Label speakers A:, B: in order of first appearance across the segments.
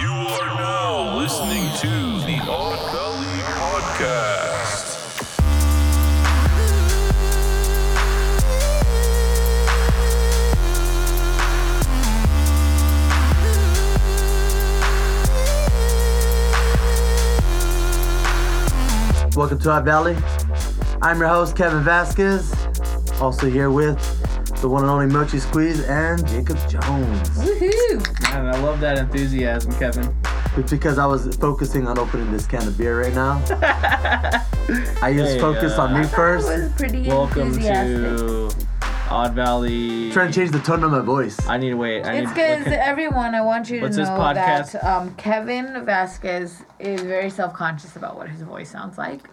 A: You are now listening to the Odd Valley Podcast.
B: Welcome to our valley. I'm your host Kevin Vasquez, also here with the one and only Mochi Squeeze and Jacob Jones.
C: Woohoo!
D: Man, I love that enthusiasm, Kevin.
B: It's because I was focusing on opening this can of beer right now. I just
D: Hey,
B: focused
D: uh,
B: on me
C: That
B: first.
C: was pretty
D: Welcome
C: enthusiastic.
D: to Odd Valley.
B: Trying to change the tone of my voice.
D: I need to wait. I
C: It's
D: need
C: because
D: okay.
C: everyone, I want you to
D: What's
C: know
D: this podcast?
C: that um, Kevin Vasquez is very self-conscious about what his voice sounds like,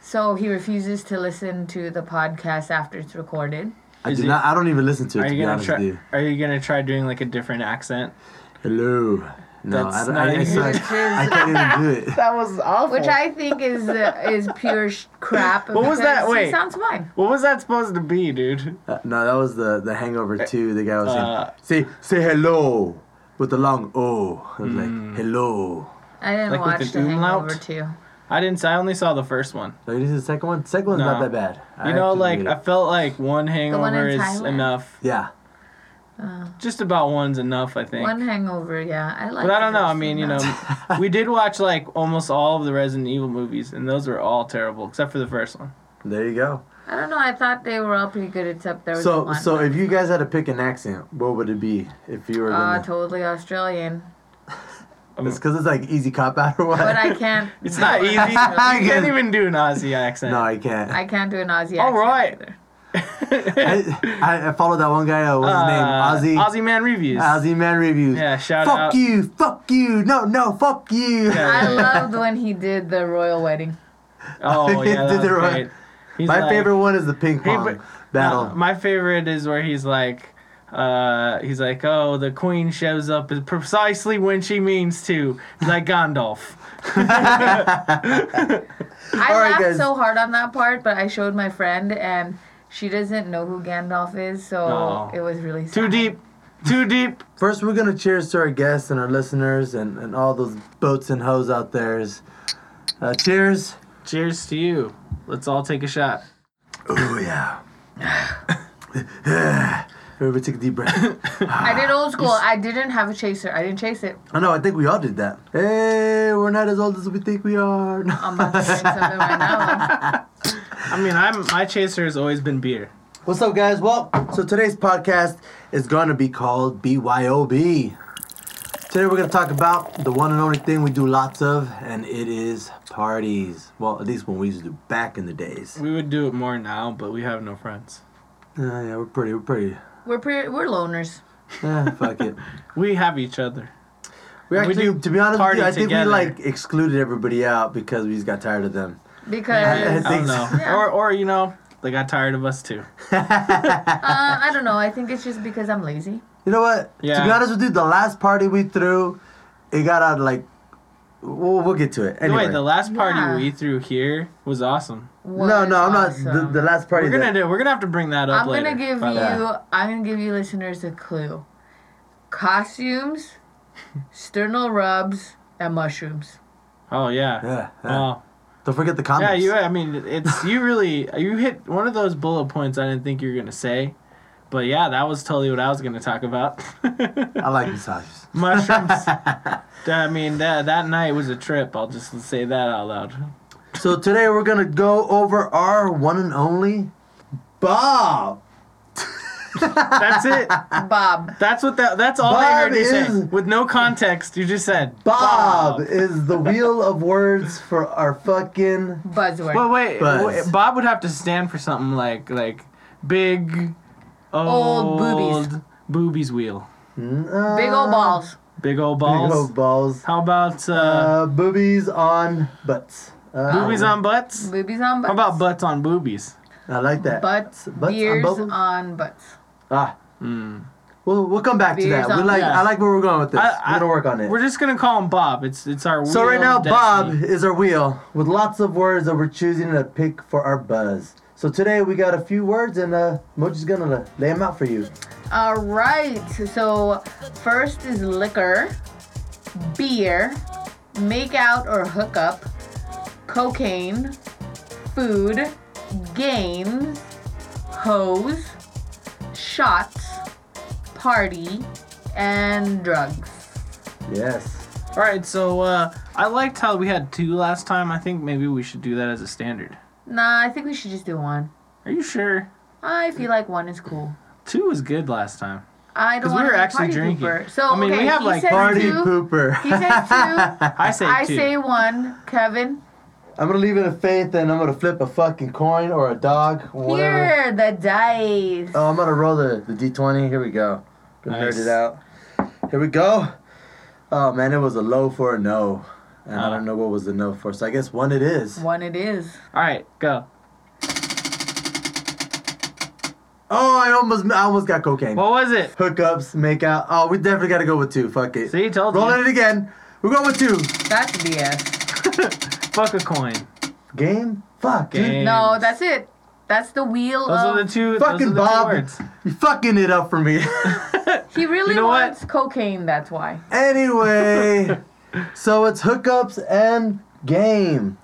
C: so he refuses to listen to the podcast after it's recorded.
B: I
D: Is
B: do
D: it-
B: not. I don't even listen to it.
D: Are
B: To
D: you
B: be
D: gonna
B: honest
D: try?
B: with you.
D: Are you gonna try doing like a different accent?
B: Hello. No,
D: That's
B: I, don't,
D: not
B: I, I,
D: even-
B: suck.
C: Which
B: I
C: is,
B: can't even do it.
D: That was awful.
C: which I think is uh, is pure sh- crap.
D: What was that?
C: because He
D: Wait.
C: sounds fine.
D: What was that supposed to be, dude?
B: Uh, no, that was the the Hangover Two. The guy was
D: Eh, Uh,
B: saying, "Say say hello" with the long O. I was
D: mm.
B: like, "Hello."
C: I didn't
D: Like with
C: watch
D: the
C: The Hangover
D: umlaut?
C: too.
D: I didn't. I only saw the first one.
B: No, this is the second one. Second one's
D: No.
B: not that bad. I
D: You know,
B: actually
D: like
B: did
D: I
B: it.
D: felt like one
C: one
D: hangover
C: in
D: is
C: Thailand?
D: enough.
B: yeah,
D: Just about one's enough, I think.
C: One Hangover, yeah, I like.
D: but I don't know. I mean, you know, we did watch like almost all of the Resident Evil movies, and those were all terrible except for the first one.
B: there you go.
C: I don't know. I thought they were all pretty good except there was the
B: So,
C: one.
B: so if you guys had to pick an accent, what would it be if you were?
C: Uh,
B: Gonna,
C: totally Australian.
B: it's because it's like easy cop out or what?
C: But I can't.
D: It's not easy.
B: I
D: you
B: get
D: can't
B: it.
D: even do an Aussie accent.
B: no, I can't.
C: I
B: I,
C: can't do an Aussie accent.
D: All right.
C: either.
B: I, I followed that one guy. Uh, what's
D: Uh,
B: his name? Ozzy.
D: Aussie man reviews.
B: Ozzy Man reviews.
D: Yeah, shout
B: fuck
D: out.
B: you. Fuck you. No, no. Fuck you.
D: Yeah.
C: I loved when he did the royal wedding.
D: Oh yeah,
B: Did
D: that was
B: it right.
D: great. He's
B: My
D: like-
B: favorite one is the ping pong
D: but-
B: battle.
D: Uh, my favorite is where he's like, uh, he's like, oh, the queen shows up precisely when she means to, like Gandalf.
C: I
B: All right,
C: laughed
B: guys.
C: so hard on that part, but I showed my friend, and she doesn't know who Gandalf is, so
D: No.
C: it was really sad.
D: Too deep, too deep.
B: First, we're gonna cheers to our guests and our listeners and, and all those boats and hoes out there's. Uh, cheers.
D: Cheers to you. Let's all take a shot.
B: Oh yeah. Everybody take a deep breath.
C: I did old school. I didn't have a chaser. I didn't chase it.
B: Oh, I know. I think we all did that. Hey, we're not as old as we think we are. No.
C: I'm about to drink something right now.
D: I mean, I'm my chaser has always been beer.
B: What's up, guys? Well, so today's podcast is gonna be called BYOB. Today we're gonna talk about the one and only thing we do lots of, and it is parties. Well, at least when we used to do back in the days.
D: We would do it more now, but we have no friends.
B: Uh, yeah, we're pretty. We're pretty.
C: We're pre- we're loners.
B: Yeah, fuck it.
D: We have each other.
B: We actually,
D: do
B: to be honest with
D: party
B: you, I think
D: together.
B: we like excluded everybody out because we just got tired of them. I
C: Because
B: think
D: I don't know.
B: so.
C: Yeah.
D: Or, or you know, they got tired of us too.
C: uh, I don't know. I think it's just because I'm lazy.
B: You know what? To be
D: Yeah.
B: honest with you, the last party we threw, it got out of like. We'll, we'll get to it. Anyway.
D: Wait, the last party
C: Yeah.
D: we threw here was awesome.
B: no, no, I'm
C: Was
B: not.
C: awesome.
B: The, the last party.
D: We're gonna
B: that-
D: do. We're gonna have to bring that up
C: I'm
D: later.
C: gonna give
D: by
C: you.
D: the way.
C: I'm gonna give you listeners a clue. Costumes, sternal rubs, and mushrooms.
D: Oh yeah.
B: Yeah, yeah.
D: Wow.
B: Don't forget the
D: Oh. Yeah,
B: comments.
D: you. I mean, it's you really. You hit one of those bullet points. I didn't think you were gonna say, but yeah, that was totally what I was gonna talk about.
B: I like massages.
D: Mushrooms. I mean, that that night was a trip. I'll just say that out loud.
B: so today we're gonna go over our one and only Bob.
D: That's it.
C: Bob.
D: That's what that. That's all I
B: Bob
D: heard you say
B: is-
D: with no context. You just said
B: Bob is the wheel of words for our fucking.
C: Buzzword.
D: Well, wait,
B: Buzz.
D: wait, Bob would have to stand for something like like big, old,
C: boobies.
D: boobies wheel,
B: Uh,
C: Big
D: um,
C: old balls.
D: big old
B: Big
D: balls.
B: old balls.
D: How about uh,
B: Uh, boobies on butts. Uh,
D: boobies on butts?
C: Boobies on butts.
D: How about butts on boobies?
B: I like that.
C: butts?
B: Butts on
C: beers on,
B: bubbles? butts.
C: butts.
B: Ah. We'll, we'll come back to
C: Beers
B: that. We
C: on
B: like
D: butts.
B: I like where we're going with this.
D: Hmm. I- I-
B: we're gonna work on it.
D: We're just gonna call him Bob. It's it's our.
B: so
D: wheel
B: right now,
D: of
B: Bob
D: destiny.
B: is our wheel with lots of words that we're choosing to pick for our buzz. So today we got a few words and uh, Mochi's gonna lay them out for you.
C: All right. So first is liquor. beer, make out or hook up, cocaine, food, games, hoes, shots, party, and drugs.
B: Yes.
D: All right, so uh, I liked how we had two last time. I think maybe we should do that as a standard.
C: Nah, I think we should just do one.
D: Are you sure?
C: I feel like one is cool.
D: Two was good last time.
C: I don't
D: 'Cause we
C: want
D: were
C: to
D: actually
C: party
D: drinking.
C: Pooper. So
D: I mean, we
C: okay,
D: have,
C: he
D: like,
C: says
B: Party
C: two,
B: pooper.
C: He says two.
D: I say
C: I
D: two.
C: say one. Kevin,
B: I'm gonna leave it in faith, and I'm gonna flip a fucking coin or a dog, whatever.
C: here the dice.
B: Oh, I'm gonna roll the, the d20. Here we go. Gonna
D: Nice.
B: nerd it out. Here we go. Oh man, it was a low for a no, and I
D: Uh.
B: don't know what was the no for. So I guess one it is.
C: One it is.
D: All right, go.
B: Oh, I almost I almost got cocaine.
D: What was it?
B: Hookups, make out. Oh, we definitely gotta go with two. Fuck it.
D: See, told
B: Rolling
D: you.
B: it again. We're going with two.
C: That's BS.
D: Fuck a coin.
B: Game. Fuck. dude.
D: Game.
C: No, that's it. That's the wheel
D: Those
C: of.
D: are the two.
B: Fucking
D: those are the
B: Bob.
D: Two words.
B: You fucking it up for me.
C: he really
D: You know what?
C: wants cocaine. That's why.
B: anyway, so it's hookups and game.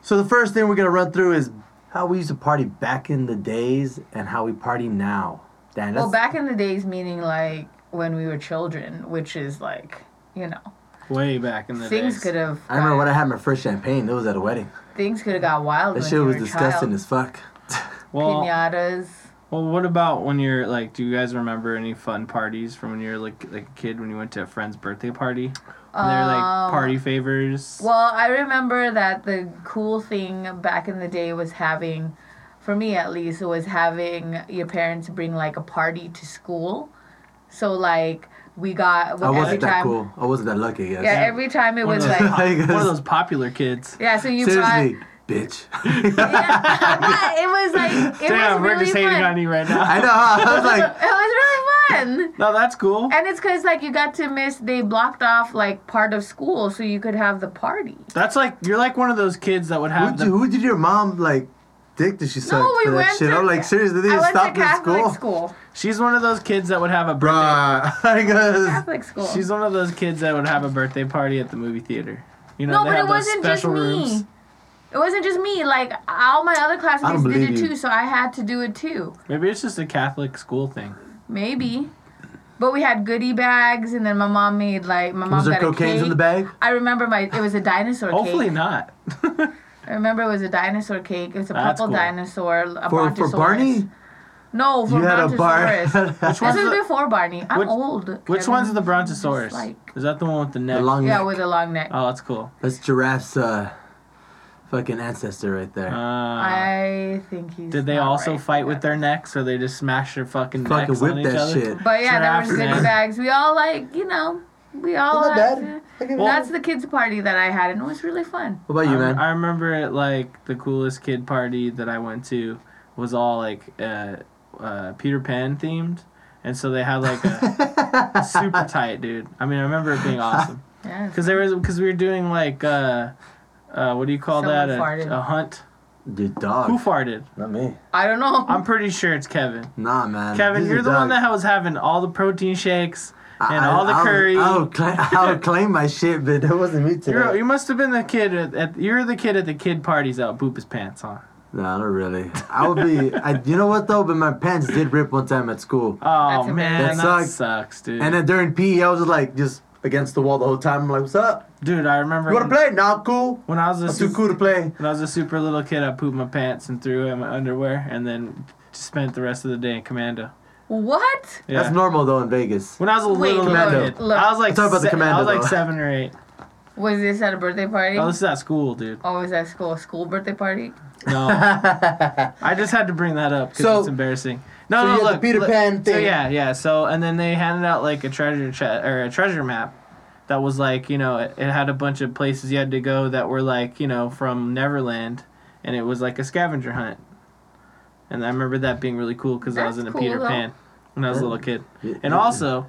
B: So the first thing we're gonna run through is how we used to party back in the days and how we party now. Dan, that's,
C: Well, back in the days, meaning like when we were children, which is like you know
D: Way back in the
C: things
D: days.
C: could have.
B: I remember when I had my first champagne. It was at a wedding.
C: Things could have got wild.
B: That
C: when
B: shit
C: you
B: was
C: were a
B: disgusting
C: child.
B: as fuck.
D: well,
C: Pinatas.
D: well, what about when you're like? Do you guys remember any fun parties from when you were like like a kid when you went to a friend's birthday party? And they're like
C: Um,
D: party favors.
C: Well, I remember that the cool thing back in the day was having, for me at least, was having your parents bring like a party to school. So like we got
B: I
C: every
B: wasn't that
C: time.
B: cool. I wasn't that lucky. I guess.
C: Yeah, every time it
D: One of
C: was
D: those-
C: like
B: Like,
D: one of those popular kids.
C: yeah. So you brought.
B: Seriously, bitch.
C: Yeah, but it was like it
D: Damn,
C: was
D: we're
C: really
D: just hating
C: fun.
D: on you right now.
B: I know. I was like,
C: It was really fun.
D: No, that's cool.
C: And it's because like you got to miss. They blocked off like part of school so you could have the party.
D: That's like you're like one of those kids that would
B: Who,
D: have
B: d-
D: the
B: who did your mom like dick did she suck
C: we
B: for that
C: went
B: shit?
C: to-
B: I'm like seriously, they
C: I
B: didn't
C: went
B: stop
C: to
B: in
C: Catholic
B: school.
C: school.
D: She's one of those kids that would have a birthday.
B: Bruh, I guess.
C: Catholic school.
D: She's one of those kids that would have a birthday party at the movie theater. You know,
C: no,
D: they
C: but
D: have
C: it
D: those
C: wasn't just
D: special rooms.
C: me. It wasn't just me. Like all my other
B: I don't
C: classmates did it
B: believe you.
C: too, so I had to do it too.
D: Maybe it's just a Catholic school thing.
C: Maybe. But we had goodie bags, and then my mom made like my mom
B: Was there
C: got a
B: cocaine
C: cake.
B: in the bag?
C: I remember my it was a dinosaur
D: Hopefully
C: cake.
D: not.
C: I remember it was a dinosaur cake. It was a
D: That's
C: purple
D: cool.
C: dinosaur. A
B: For for
C: Brontosaurus.
B: Barney?
C: No, for
B: You had a bar
C: Brontosaurus.
B: the
C: this
D: one's
C: was
D: the-
C: before Barney. I'm
D: Which-
C: old.
D: Which
C: Kevin.
D: one's the Brontosaurus?
C: Just like-
D: Is that the one with the neck?
B: long
C: Yeah,
B: neck.
C: with a long neck.
D: oh, that's cool.
B: That's giraffe's uh fucking ancestor right there.
D: Uh,
C: I think he's.
D: did they
C: not
D: also
C: right.
D: fight with their necks, or they just smash their fucking
B: Fucking
D: necks
B: whip
D: on each
B: that
D: other?
B: shit.
C: But yeah, there was
D: Giraffe
C: goodie
D: neck.
C: bags. We all like, you know, we all.
B: Not bad.
C: had to-
B: Well-
C: Oh, that's the kids' party that I had, and it was really fun.
B: what about you,
D: I,
B: man?
D: I remember it like the coolest kid party that I went to was all like uh, uh, Peter Pan themed, and so they had like a super tight dude. I mean, I remember it being awesome
C: Yeah.
D: because there was because we were doing like uh, uh, what do you call
C: Someone
D: that
C: farted.
D: a, a hunt?
B: Your dog.
D: Who farted?
B: Not me.
C: I don't know.
D: I'm pretty sure it's Kevin.
B: Nah, man.
D: Kevin,
B: These are
D: you're the one
B: dogs.
D: that was having all the protein shakes and all the
B: I, would-
D: curry.
B: I would, claim, I would claim my shit, but that wasn't me
D: You're,
B: today.
D: you must have been the kid at, at you're the kid at the kid parties out poop his pants on.
B: No, not really. I would be. I, you know what though? But my pants did rip one time at school.
D: Oh
C: That's
D: man,
B: embarrassing.
D: that
B: That sucks.
D: sucks. dude.
B: And then during PE, I was just like just against the wall the whole time. I'm like, what's up?
D: Dude, I remember
B: You wanna
D: when,
B: play? Nah, I'm cool.
D: when I was a
B: I'm too
D: su-
B: cool to play.
D: when I was a super little kid, I pooped my pants and threw in my underwear, and then spent the rest of the day in commando.
C: what?
D: Yeah.
B: That's normal though in Vegas.
D: when I was a
C: Wait,
D: little
B: Commando.
D: kid,
C: look.
D: I was like
B: Talk about the
D: se- I
B: commando,
D: was like
B: though.
D: seven or eight.
C: Was this at a birthday party?
D: Oh, this is at school, dude.
C: Oh, was that school? School birthday party?
D: No, I just had to bring that up because
B: So-
D: it's embarrassing. No,
B: so you
D: no,
B: had the
D: look,
B: Peter
D: look.
B: Pan
D: So
B: thing.
D: yeah, yeah. So and then they handed out like a treasure che- or a treasure map that was like you know it, it had a bunch of places you had to go that were like you know from Neverland, and it was like a scavenger hunt. And I remember that being really cool because I was in
C: That's
D: a
C: cool,
D: Peter
C: though.
D: Pan when I was a little kid.
B: Yeah,
D: And
B: yeah.
D: also,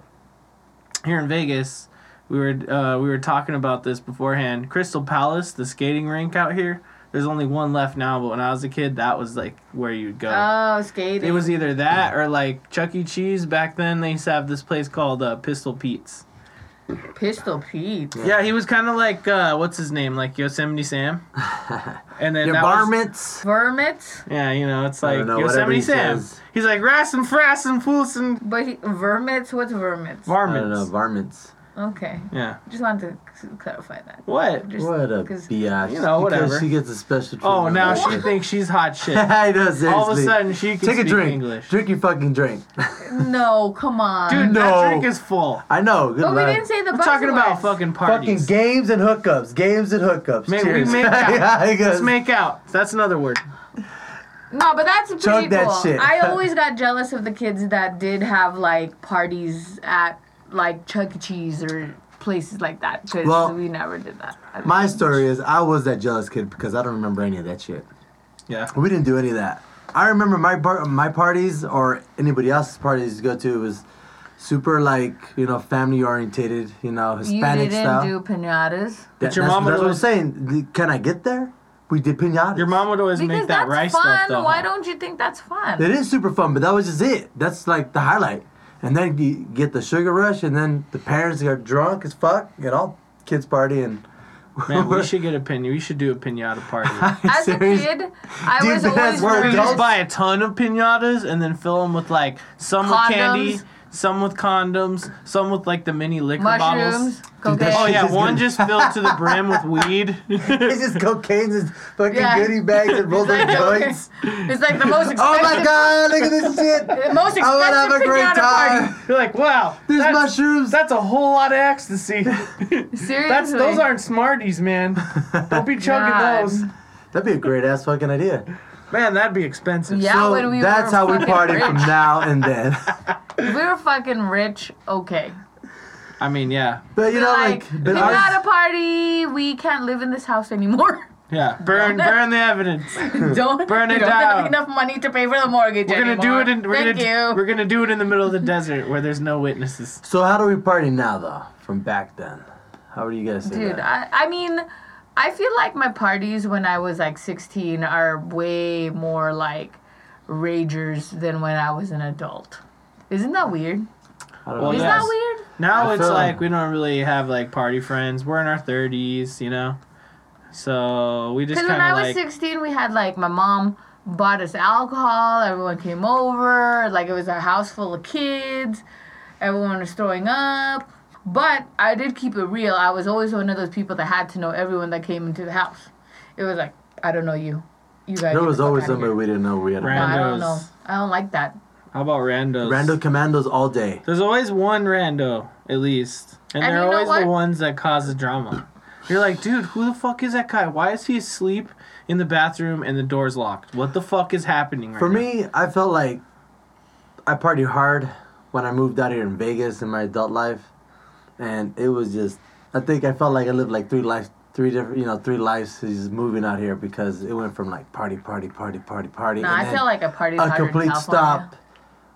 D: here in Vegas, we were uh, we were talking about this beforehand. Crystal Palace, the skating rink out here. There's only one left now, but when I was a kid, that was like where you'd go.
C: Oh, skating.
D: It was either that or like Chuck E. Cheese. Back then, they used to have this place called uh, Pistol Pete's,
C: Pistol Pete.
D: Yeah, he was kind of like uh, what's his name, like Yosemite Sam. And then
B: Your
D: that
B: bar
D: was-
B: mitts.
C: Vermits,
D: yeah, you know, it's
B: don't
D: like
B: know, whatever
D: Yosemite
B: he
D: Sam.
B: says.
D: He's like Rass and Frass and Foos and
C: but he, vermits. What's vermits?
B: I don't know,
D: Varmints.
B: varmints.
C: okay,
D: yeah.
C: just wanted to clarify that.
D: What?
C: Just
B: What a
C: 'cause-
B: biatch.
D: you
B: Because
D: know, whatever.
B: she gets a special treatment.
D: Oh, now
B: right
D: she
B: there.
D: thinks she's hot shit.
B: I know, seriously.
D: All of a sudden, she can
B: Take a
D: speak
B: drink.
D: English.
B: Drink your fucking drink.
C: No, come on.
D: Dude,
B: No.
D: that drink is full.
B: I know. Good
C: but we
B: luck.
C: didn't say the.
D: We're talking about
C: buzzwords.
B: Fucking
D: fucking parties.
B: games and hookups. Games and hookups.
D: May we
B: Cheers.
D: make out?
B: yeah, I guess.
D: Let's make out. That's another word.
C: No, but that's pretty
B: Chug that
C: cool.
B: shit.
C: I always got jealous of the kids that did have like parties at like Chuck E. Cheese or places like that because
B: Well,
C: we never did that.
B: My story is I was that jealous kid because I don't remember any of that shit.
D: Yeah.
B: We didn't do any of that. I remember my bar- my parties or anybody else's parties to go to was super like you know family orientated you know
C: you
B: Hispanic
C: didn't
B: style.
C: do pinatas
B: That-
D: your
B: that's,
D: mama
B: that's what I'm
D: was-
B: saying. The- Can I get there? We did pinatas.
D: Your mom would always
C: because
D: make that
C: that's
D: rice
C: fun.
D: stuff though.
C: Why don't you think that's fun?
B: It is super fun, but that was just it. That's like the highlight. And then you get the sugar rush, and then the parents get drunk as fuck, get all kids party, and
D: Man, we should get a pin. We should do a pinata party.
C: As
B: Serious-
C: a kid, I
B: Dude,
C: was
B: that's
C: always
B: where
D: we
C: worried.
D: just
B: adults-
D: buy a ton of pinatas and then fill them with like some with candy,
C: Condoms.
D: some with condoms, some with like the mini liquor
C: mushrooms,
D: bottles.
C: cocaine.
D: Oh yeah,
B: Just
D: one
B: gonna-
D: just filled to the brim with weed.
B: it's just cocaine, just fucking
C: Yeah.
B: goodie bags and rolls of joints.
C: It's like the most expensive.
B: Oh my god, look at this shit!
C: The most expensive
B: I want to have a great
C: pinata
B: time.
C: party.
D: You're like, wow,
B: There's
D: that's,
B: mushrooms.
D: that's a whole lot of ecstasy.
C: Seriously,
D: That's those aren't Smarties, man. Don't be chugging
C: God.
D: those.
B: That'd be a great ass fucking idea.
D: Man, that'd be expensive.
C: Yeah,
B: so
C: when we
B: that's
C: were
B: how we
C: fucking
B: party
C: rich.
B: from now and then.
C: If we were fucking rich, okay.
D: I mean, yeah,
B: But you know, like, but
C: we're
B: ours-
C: at a party. We can't live in this house anymore.
D: yeah. Burn, burn the evidence.
C: don't
D: Burn
C: we
D: it
C: don't
D: down.
C: Have enough money to pay for the mortgage.
D: We're gonna do
C: anymore.
D: it. In, we're
C: Thank
D: gonna,
C: you.
D: We're gonna do it in the middle of the desert where there's no witnesses.
B: so how do we party now though? From back then, how do you guys say
C: Dude,
B: that?
C: I, I mean, I feel like my parties when I was like 16 are way more like ragers than when I was an adult. Isn't that weird?
B: I don't
D: Well,
B: know.
C: Isn't
D: yeah. Yes.
C: that weird?
D: Now
B: I
D: it's
B: feel-
D: like we don't really have like party friends. We're in our thirties, you know, so we just
C: Because
D: kind
C: when I
D: of
C: was
D: like
C: 16, we had like my mom bought us alcohol, everyone came over, like it was a house full of kids, everyone was throwing up. But I did keep it real. I was always one of those people that had to know everyone that came into the house. It was like, I don't know you. You guys.
B: There was always
C: somebody
B: somebody we didn't know we had. a
D: Right.
C: I
B: party.
C: don't
D: Randos.
C: know. I don't like that.
D: how about randos?
B: Rando commandos all day.
D: There's always one rando at least, and,
C: And
D: they're
C: you know
D: always the
C: what?
D: ones that cause the drama. You're like, dude, who the fuck is that guy? Why is he asleep in the bathroom and the door's locked? What the fuck is happening right
B: For
D: now?
B: me, I felt like I partied hard when I moved out here in Vegas in my adult life, and it was just. I think I felt like I lived like three lives, three different, you know, three lives. Just moving out here because it went from like party, party, party, party, party.
C: No,
B: and
C: I
B: then
C: feel like a party.
B: a complete stop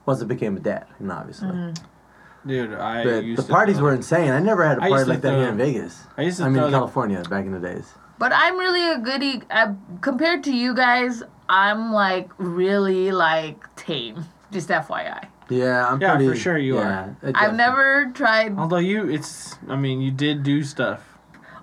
B: once I became a dad, you know, obviously.
C: Mm-hmm.
D: dude, I
B: But
D: used
B: the
D: to
B: parties
D: throw-
B: were insane. I never had a
D: I used
B: party
D: to
B: like that here
D: throw-
B: in Vegas.
D: I used to
B: I mean,
D: throw
B: in
D: the-
B: California back in the days.
C: But I'm really a goody. I, compared to you guys, I'm like really like tame. Just FYI,
B: Yeah, I'm
D: Yeah, for
B: pretty.
D: sure you
B: yeah, it
C: I've
B: definitely-
C: never tried.
B: Oh.
D: Although you, it's, I mean, you did do stuff.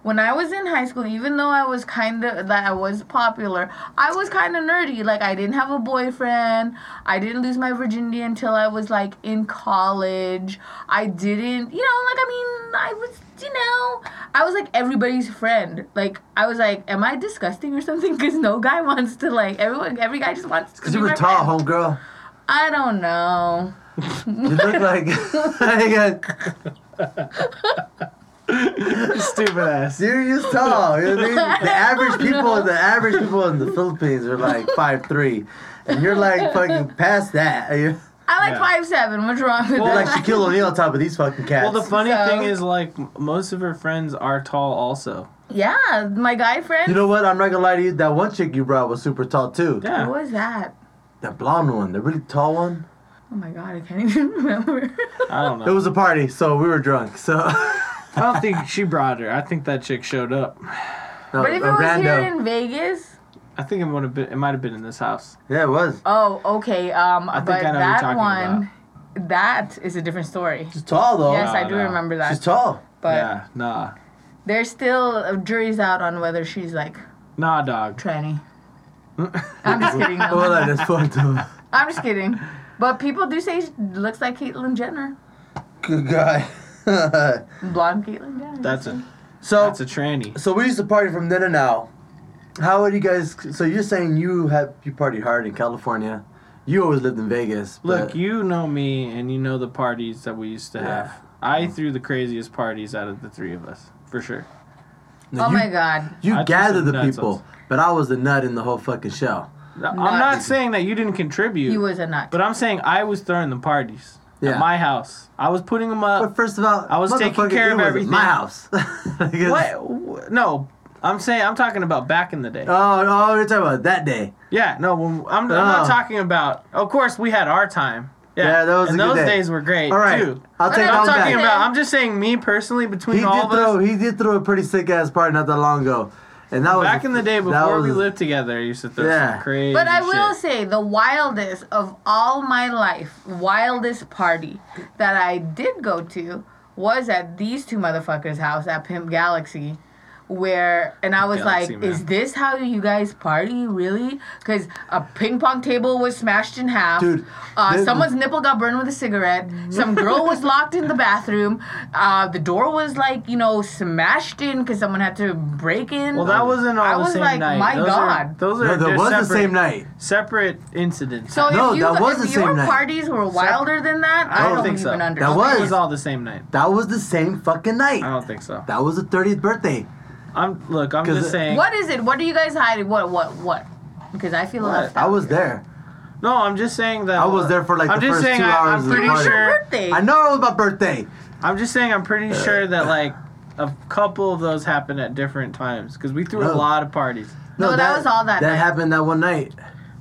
C: When I was in high school, even though I was kind of that I was popular, I was kind of nerdy. Like I didn't have a boyfriend. I didn't lose my virginity until I was like in college. I didn't, you know, like I mean, I was, you know, I was like everybody's friend. Like I was like, am I disgusting or something? Because no guy wants to like everyone. Every guy just wants. to
B: Cause
C: be
B: you were
C: my
B: tall,
C: friend.
B: homegirl.
C: I don't know.
B: You look like like a
D: Stupid ass.
B: serious tall. You know what I mean? The average people, the average people in the Philippines are like five three, and you're like fucking past that. You're
C: I like
D: Yeah.
C: five seven. What's wrong with
D: Well,
B: like
C: that?
B: Shaquille O'Neal on top of these fucking cats.
D: Well, the funny
C: So-
D: thing is, like, m- most of her friends are tall, also.
C: yeah, my guy friend.
B: you know what? I'm not gonna lie to you. That one chick you brought was super tall too.
D: Yeah.
C: Who was that?
B: That blonde one, the really tall one.
C: Oh my god, I can't even remember.
D: I don't know.
B: It was a party, so we were drunk. So,
D: I don't think she brought her. I think that chick showed up.
B: No,
C: but if it
B: a
C: was here
B: rando.
C: in Vegas,
D: I think it would have been. It might have been in this house.
B: yeah, it was.
C: oh okay. Um,
D: think
C: but
D: I know what you're
C: that
D: talking
C: one, that is a different story.
B: She's tall though.
C: yes, I
D: no,
C: do
D: no.
C: remember
B: She's
C: that.
B: tall.
C: But
D: yeah, nah,
C: there's still juries out on whether she's like
D: nah, dog.
C: tranny. I'm just kidding. though.
B: Well, that is fucked up.
C: I'm just kidding. But people do say she looks like Caitlyn Jenner,
B: Good guy.
C: blonde Caitlyn Jenner.
D: That's a
B: so,
D: that's a tranny.
B: so we used to party from then to now. How would you guys? So you're saying you have you partied hard in California? You always lived in Vegas.
D: Look,
B: but-
D: you know me, and you know the parties that we used to
B: Yeah.
D: have. I threw the craziest parties out of the three of us, for sure.
B: no,
C: oh
B: you-
C: my God.
B: You
D: I threw
B: gather
D: some
B: the
D: nuts
B: people,
D: up.
B: but I was the nut in the whole fucking show.
D: I'm
C: Not-
D: not saying that you didn't contribute.
C: He was a nut.
D: But I'm saying I was throwing the parties
B: Yeah.
D: at my house. I was putting them
B: But
D: up.
B: first of all,
D: I was taking
B: motherfucker,
D: care
B: it
D: of
B: was
D: everything.
B: My house. Because-
D: What? No, I'm saying I'm talking about back in the day.
B: Oh, oh, you're talking about that day.
D: yeah, no, when, I'm, I'm not
B: Oh.
D: talking about. Of course, we had our time. Yeah,
B: Yeah, that was
D: and
B: a good day.
D: those days were great
B: All right,
D: too.
B: I'll take
C: no,
B: all
D: I'm talking
B: back.
C: that.
D: about. I'm just saying me personally between
B: He
D: all
B: did
D: of
B: throw.
D: us.
B: He did throw a pretty sick ass party not that long ago, and that was
D: Back in the day
B: that
D: before we
B: was-
D: lived together, I used to throw
B: Yeah.
D: some crazy.
C: But I will
D: shit.
C: say the wildest of all my life, wildest party that I did go to was at these two motherfuckers' house at Pimp Galaxy. Where and I was
D: Galaxy,
C: like,
D: man.
C: is this how you guys party really? Because a ping pong table was smashed in half.
B: Dude,
C: uh,
B: they-
C: someone's nipple got burned with a cigarette. Some girl was locked in the bathroom. Uh, the door was like you know smashed in because someone had to break in.
D: Well, that wasn't all
C: I
D: the
C: was
D: same
C: like,
D: night.
C: my
D: those Are,
C: God.
D: those are
B: No, that
D: they're
B: was the
D: separate-
B: same night. Oh.
D: Separate incidents.
C: So
B: No,
C: if, you,
B: that was
C: if
B: the
C: your
B: same night.
C: parties were wilder than that, I,
D: I
C: don't,
D: don't think so.
C: even
D: That
C: understand.
B: was-
D: it was all the same night.
B: That was the same fucking night.
D: I don't think so.
B: That was the 30th birthday.
D: I'm look. I'm
B: 'Cause
D: just
B: it-
D: saying.
C: What is it? What are you guys hiding? What? What? What? Because I feel
D: What?
C: left
B: I
C: out.
B: was there.
D: No, I'm just saying that.
B: I was there for like
D: I'm
B: the
D: just
B: first
D: saying
B: two
D: I,
B: hours.
D: I'm
B: of the
D: pretty
C: It was your
D: sure.
C: birthday.
B: I know it was my birthday.
D: I'm just saying I'm
B: Uh.
D: pretty sure that like a couple of those happened at different times because we threw
B: No.
D: a lot of parties.
C: No, that was all that
B: That
C: night.
B: happened that one night.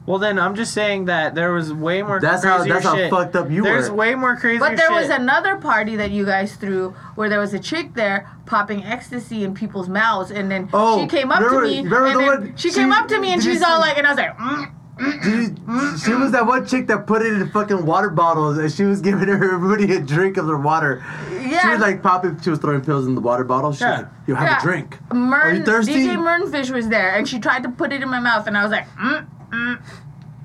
D: Well, then I'm just saying that there was way more.
B: That's how-
D: crazier
B: that's how
D: shit.
B: fucked up you
D: There's
B: were.
D: way more crazy.
C: But there was
D: shit.
C: another party that you guys threw where there was a chick there popping ecstasy in people's mouths, and then
B: Oh,
C: she came up
B: remember-
C: to me, and
B: remember the
C: then
B: one-
C: she,
B: she-
C: came up to me, and
B: did you
C: she's all
B: see-
C: like, and I was like, mm.
B: Dude,
C: Mm-hmm.
B: she was that one chick that put it in fucking water bottles and she was giving everybody a drink of their water.
C: yeah.
B: She was like popping, she was throwing pills in the water bottle. She was
D: Yeah.
B: like, you have
C: Yeah. Mm-hmm.
B: a drink.
C: Mern,
B: Are you thirsty?
C: DJ Mernfish was there, and she tried to put it in my mouth, and I was like, mm, mm,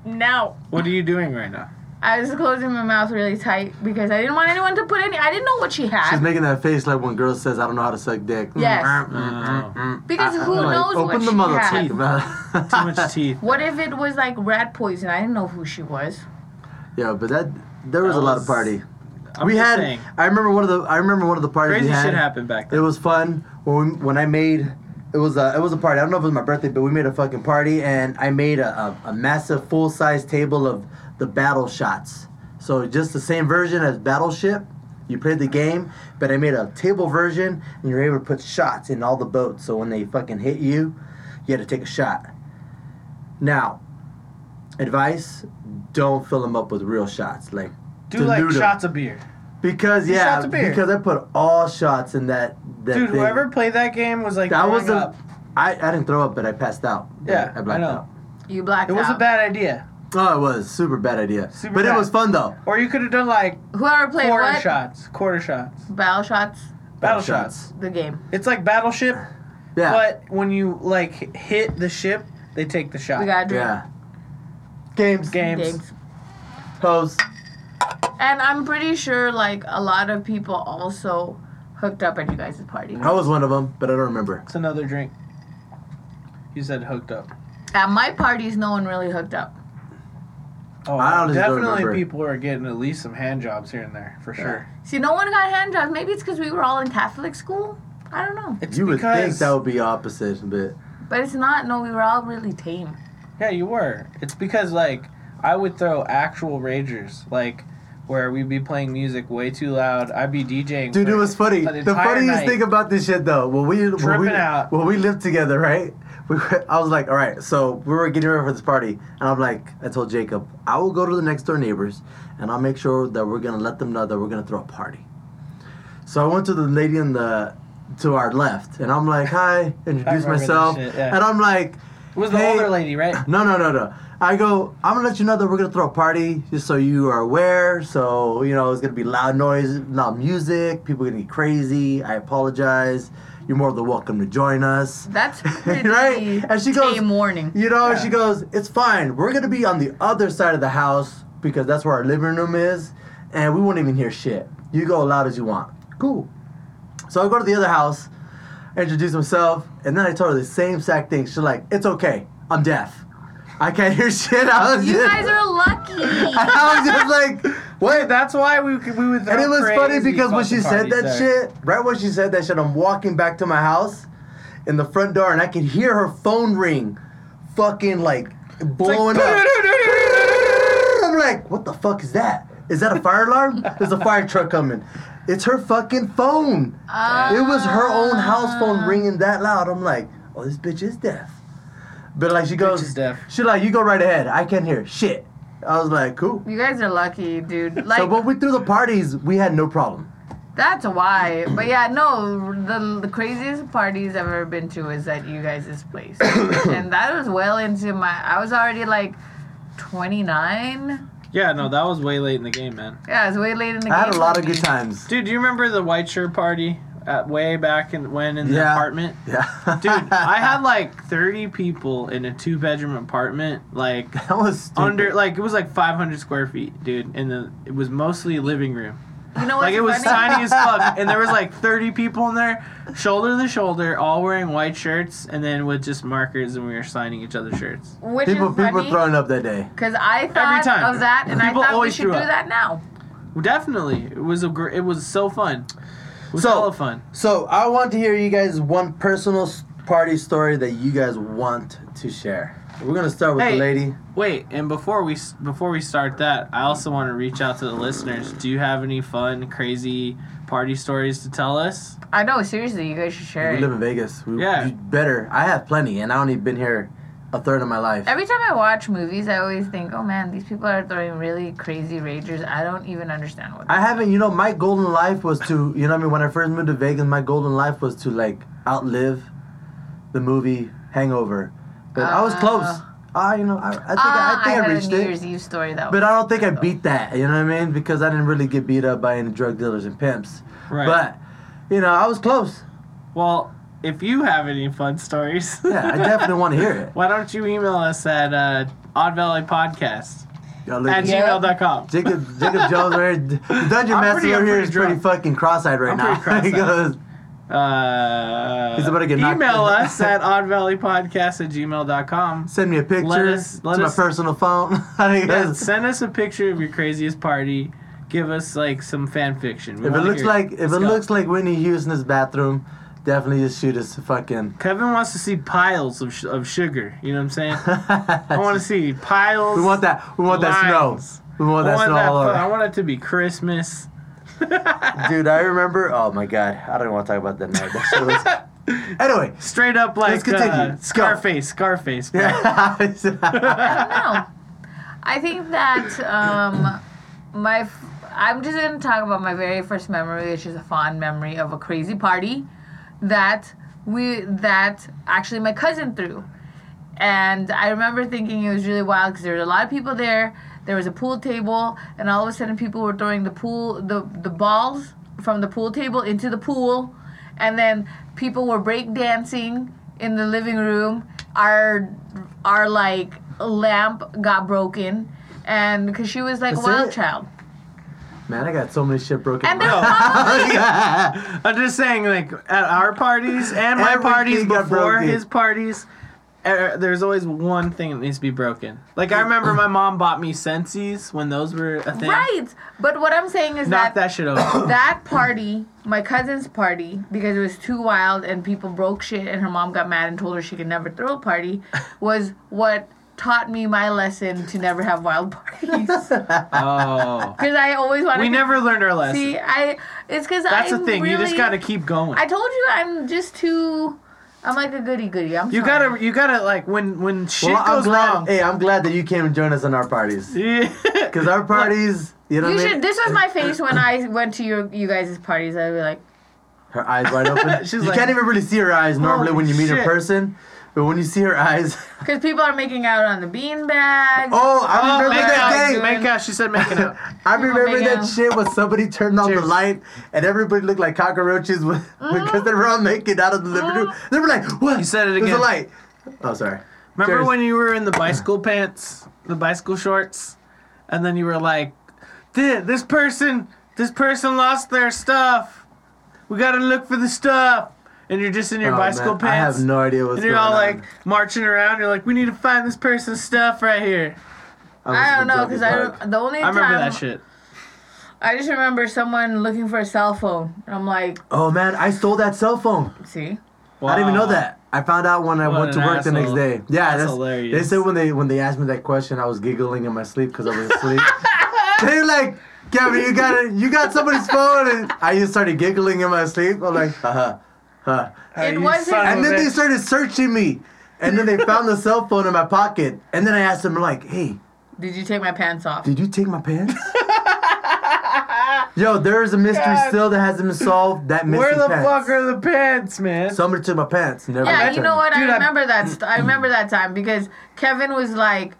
C: no.
D: What are you doing right now?
C: I was closing my mouth really tight because I didn't want anyone to put any. I didn't know what she had.
B: She's making that face like when girl says, I don't know how to suck dick. Mm-hmm.
C: Yes.
B: Mm,
D: Oh,
C: because who
B: Like,
C: knows
B: open
C: what
B: the
C: she
B: mother
C: had?
B: teeth, man.
D: too much teeth.
C: What if it was like rat poison? I didn't know who she was.
B: yeah, but that, there was
D: That
B: a lot
D: was-
B: of party.
D: I'm
B: we
D: just
B: had,
D: saying,
B: I remember one of the, I remember one of the parties
D: crazy
B: we had.
D: shit happened back
B: It
D: then.
B: was fun when we, when I made it was a it was a party. I don't know if it was my birthday, but we made a fucking party, and I made a, a, a massive full size table of the battle shots. So just the same version as Battleship. You played the game, but I made a table version, and you're able to put shots in all the boats. So when they fucking hit you, you had to take a shot. Now, advice: don't fill them up with real shots. Like
D: Do like
B: dilute 'em.
D: shots of beer.
B: because
D: Two
B: yeah,
D: shots of beer.
B: because I put all shots in that. that
D: Dude,
B: thing.
D: whoever played that game was like
B: That
D: throwing
B: was a.
D: up.
B: I, I didn't throw up, but I passed out.
D: Yeah,
B: I
D: I
B: blacked
D: know.
B: out.
C: You blacked
D: It was
C: out.
D: a bad idea.
B: Oh, it was super bad idea.
D: Super
B: but it
D: bad.
B: was fun though.
D: Or you could have done like
C: Whoever played
D: quarter
C: what?
D: shots, quarter shots,
C: Battle shots.
D: battle shots.
C: The game.
D: It's like battleship,
B: Yeah.
D: but when you like hit the ship, they take the shot.
C: We got
B: yeah. Games,
D: games.
C: games.
B: pose.
C: And I'm pretty sure like a lot of people also hooked up at you guys' party.
B: I was one of them, but I don't remember.
D: It's another drink. You said hooked up.
C: At my parties, no one really hooked up.
D: Oh,
B: I honestly don't
D: definitely
B: remember.
D: people are getting at least some hand jobs here and there for sure.
C: See, no one got hand jobs. Maybe it's because we were all in Catholic school. I don't know.
D: It's
B: you would
D: because,
B: think that would be opposite, but
C: But it's not. No, we were all really tame.
D: Yeah, you were. It's because like I would throw actual ragers like. Where we'd be playing music way too loud. I'd be DJing.
B: dude,
D: for
B: it was funny.
D: an
B: The
D: entire
B: funniest
D: night.
B: thing about this shit though, when we when we
D: Tripping out.
B: when we lived together, right? We were, I was like, all right, so we were getting ready for this party, and I'm like, I told Jacob, I will go to the next door neighbors, and I'll make sure that we're gonna let them know that we're gonna throw a party. So I went to the lady in the to our left, and I'm like, hi, introduce
D: remember that
B: myself,
D: shit, yeah.
B: and I'm like,
D: It was the
B: Hey.
D: older lady, right?
B: no, no, no, no. I go, I'm gonna let you know that we're gonna throw a party, just so you are aware. So you know it's gonna be loud noise, loud music. People are gonna be crazy. I apologize. You're more than welcome to join us.
C: That's pretty
B: Right? And she goes-
C: tame warning.
B: You know, she goes, it's fine. We're gonna be on the other side of the house because that's where our living room is, and we won't even hear shit. You go loud as you want. Cool. So I go to the other house, introduce myself, and then I told her the same exact thing. She's like, it's okay. I'm deaf. I can't hear shit. I was
C: You
B: just,
C: guys are lucky.
B: I was just like, what?
D: That's why we we would.
B: And it was funny because when she said that shit, right when she said that shit, I'm walking back to my house in the front door and I could hear her phone ring fucking like blowing up. I'm like, what the fuck is that? Is that a fire alarm? There's a fire truck coming. It's her fucking phone. it was her own house phone ringing that loud. I'm like, oh, this bitch is deaf. But like she goes,
D: is deaf.
B: she like, you go right ahead. I can't hear shit. I was like, cool.
C: you guys are lucky, dude. Like
B: so when we threw the parties, we had no problem.
C: that's why. But yeah, no, the, the craziest parties I've ever been to is at you guys' place, and that was well into my. I was already like. 29?
D: Yeah, no, that was way late in the game, man.
C: Yeah, it's way late in the game.
B: I had a lot of
C: for me.
B: good times.
D: Dude, do you remember the white shirt party at way back in when in the
B: Yeah.
D: apartment?
B: Yeah.
D: Dude, I had like 30 people in a two bedroom apartment, like
B: that was stupid.
D: under like it was like 500 square feet, dude, and the it was mostly living room.
C: You know what's
D: Like it was
C: funny?
D: tiny as fuck, and there was like 30 people in there, shoulder to shoulder, all wearing white shirts, and then with just markers, and we were signing each other's shirts.
C: Which
B: people
C: is
B: people
C: funny.
B: were throwing up that day.
C: Because I thought
D: time.
C: of that, and I
D: People
C: thought we
D: always
C: should do
D: threw up.
C: that now.
D: Definitely, it was a gr- it was so fun. It was
B: So-
D: hella fun.
B: So I want to hear you guys one personal s- party story that you guys want to share. We're gonna start with
D: Hey.
B: the lady.
D: Wait, and before we s- before we start that, I also want to reach out to the listeners. Do you have any fun, crazy party stories to tell us?
C: I know, seriously, you guys should share
B: We
C: it.
B: live in Vegas. We,
D: Yeah.
B: You better. I have plenty, and I only been here a third of my life.
C: Every time I watch movies, I always think, oh man, these people are throwing really crazy ragers. I don't even understand what.
B: I haven't. You know, my golden life was to. You know, what I mean, when I first moved to Vegas, my golden life was to like outlive the movie Hangover. But I was close. Ah, you know, I, I think I,
C: Uh. Ah,
B: I think I,
C: had
B: reached
C: a New
B: it.
C: Year's Eve story that
B: But
C: was.
B: I don't think I beat that, you know what I mean? Because I didn't really get beat up by any drug dealers and pimps.
D: Right.
B: But, you know, I was close.
D: Well, if you have any fun stories,
B: Yeah, I definitely want to hear it.
D: why don't you email us at uh, Odd Valley Podcast
B: Yo, look,
D: at
C: Yeah.
D: gmail.com?
B: Jacob, Jacob Jones, right here, the dungeon
D: I'm
B: master
D: pretty- I'm
B: over here
D: pretty
B: is pretty
D: drunk.
B: fucking cross-eyed right
D: I'm
B: now.
D: pretty
B: he
D: cross-eyed.
B: goes,
D: Uh,
B: He's about to get knocked-
D: email us at Odd Valley Podcast at gmail.com.
B: send me a picture
D: Let us- let
B: to
D: us-
B: my personal phone. he
D: Yeah,
B: goes,
D: send us a picture of your craziest party. Give us like some fan fiction.
B: if
D: We
B: it
D: wanna
B: looks
D: hear
B: like if it
D: Let's go.
B: looks like Whitney Houston's bathroom, definitely just shoot us a fucking.
D: Kevin wants to see piles of, sh- of sugar. You know what I'm saying? I want to see piles.
B: we want that. We want that snow.
D: Lines.
B: We want
D: I
B: that
D: want,
B: snow
D: that
B: all
D: fu-
B: over.
D: I want it to be Christmas.
B: Dude, I remember. Oh my god, I don't want to talk about that night. That shit was. anyway,
D: Straight up like
B: continue.
D: uh,
B: Let's go.
D: Scarface. Scarface. bro.
B: yeah.
C: I don't know. I think that um, my. F- I'm just gonna talk about my very first memory, which is a fond memory of a crazy party that we that actually my cousin threw. And I remember thinking it was really wild because there were a lot of people there. There was a pool table, and all of a sudden, people were throwing the pool the the balls from the pool table into the pool, and then people were break dancing in the living room. Our our like lamp got broken, and because she was like a
B: That's
C: wild
B: it?
C: child,
B: Man, I got so many shit broken.
C: and there's
B: around.
C: probably
D: I'm just saying, like at our parties and my
B: Everything
D: parties
B: got
D: before
B: broken.
D: his parties, er, there's always one thing that needs to be broken. Like I remember my mom bought me Sensi's when those were a thing.
C: right. But what I'm saying is
D: Knock
C: that
D: that shit over.
C: that party, my cousin's party, because it was too wild and people broke shit and her mom got mad and told her she could never throw a party, was what taught me my lesson to never have wild parties. Because
D: oh,
C: I always wanted
D: we
C: to
D: never learned our lesson.
C: see. I it's because
D: That's the thing.
C: Really,
D: you just gotta keep going.
C: I told you I'm just too. I'm like a goody goody. I'm.
D: you
C: sorry.
D: gotta, you gotta like when when shit
B: Well, I'm
D: goes
B: glad.
D: wrong.
B: Hey, I'm glad that you came and joined us on our parties.
D: Yeah.
B: Cause our parties, you know
C: You
B: what I
C: should.
B: mean?
C: This was my face when I went to your you guys' parties. I'd be like,
B: her eyes wide open.
D: She's
B: you
D: like,
B: can't even really see her eyes normally
D: "Holy
B: when you meet her in
D: shit."
B: person. But when you see her eyes,
C: Because people are making out on the beanbag.
B: oh, I
D: Oh,
B: remember
D: make
B: that
D: out,
B: day.
D: make out. She said making out.
B: I remember
C: make
B: that
C: out.
B: shit when somebody turned on the
D: Cheers.
B: light and everybody looked like cockroaches with, because they were all naked out of the living room. They were like, "What? You
D: Uh-huh. said it
B: There's
D: again.
B: a light." Oh, sorry.
D: Remember
B: Cheers.
D: when you were in the bicycle pants, the bicycle shorts, and then you were like, "Thi- "This person, this person lost their stuff. We gotta look for the stuff." And you're just in your
B: Oh,
D: bicycle
B: man, I
D: pants.
B: have no idea what's
D: And you're
B: going
D: all
B: on.
D: like marching around. You're like, "We need to find this person's stuff right here."
B: was
C: I don't
B: in
C: know
B: Jockey
C: because I
B: Park.
C: don't. The only
D: I
C: time
D: remember that shit.
C: I just remember someone looking for a cell phone, and I'm like,
B: Oh man, I stole that cell phone.
C: see,
B: I didn't even
D: Wow.
B: know that. I found out when I
D: What
B: went to
D: an
B: work the next
D: asshole.
B: day. Yeah,
D: That's
B: that's
D: hilarious.
B: They said when they when they asked me that question, I was giggling in my sleep because I was asleep. They're like, Gavin, you got it. You got somebody's phone, and I just started giggling in my sleep. I'm like, haha, huh.
D: Hey,
C: It
D: you
C: wasn't-
D: son of
B: And
D: a
B: then they
D: bitch.
B: started searching me, and then they found the cell phone in my pocket. And then I asked them like, hey,
C: did you take my pants off?
B: did you take my pants? Yo, there is a mystery
D: God.
B: still that hasn't been solved. That mystery.
D: Where the
B: pants.
D: fuck are the pants, man?
B: Somebody took my pants. Never
C: Yeah, you
B: returned.
C: know what?
D: Dude,
C: I
D: I-
C: remember that. St- I remember that time because Kevin was like,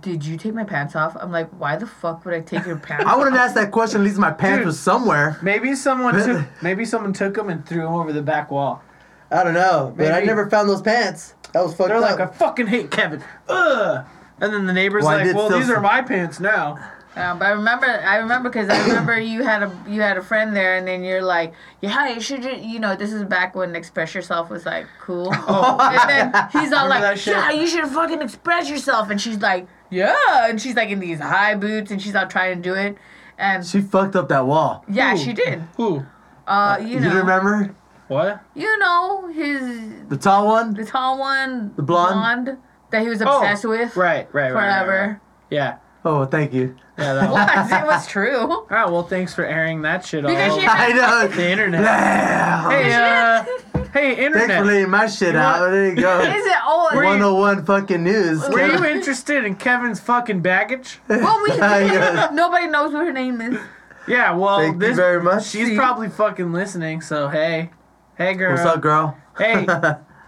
C: "Did you take my pants off?" I'm like, "Why the fuck would I take your pants?"
B: I
C: off?
B: would have asked that question. At least my pants
D: Dude.
B: was somewhere.
D: maybe someone took maybe someone took them and threw them over the back wall.
B: I don't know, but I
D: Maybe.
B: never found those pants. That was fucked
D: They're like, I
B: up.
D: fucking hate Kevin. Ugh. And then the neighbor's
B: Well, I
D: like,
B: did
D: well,
B: still
D: these
B: see-
D: are my pants now.
C: Um, but I remember, I remember because I remember you had a you had a friend there, and then you're like, "Yeah, you should, ju- you know, this is back when express yourself was like cool."
B: Oh,
C: and then he's all
D: Remember that
C: like,
D: shit?
C: "Yeah, you should fucking express yourself," and she's like, "Yeah," and she's like in these high boots, and she's all trying to do it, and
B: she fucked up that wall.
C: yeah,
D: Who?
C: she did.
D: Who?
C: Uh, you
B: You,
C: know,
B: didn't remember
D: What?
C: you know his
B: the tall one?
C: the tall one, the
B: blonde?
C: that he was obsessed with
D: Oh, Right, right, right, right. right.
C: forever.
D: Yeah.
B: Oh, thank you.
D: Yeah, that one.
C: it was true.
D: All right, well, thanks for airing that shit all
C: Because
D: over
C: she-
B: I
D: the
B: know.
D: internet. hey, uh, hey,
B: Thanks for
D: internet.
B: letting my shit out. There you go.
C: Is it old?
B: 101 fucking news.
D: Were you interested in Kevin's fucking baggage?
C: Well,
B: Yeah.
C: we nobody knows what her name is.
D: Yeah, well,
B: Thank
D: this
B: you very much.
D: she's probably fucking listening. So hey, hey girl,
B: What's up, girl?
D: hey,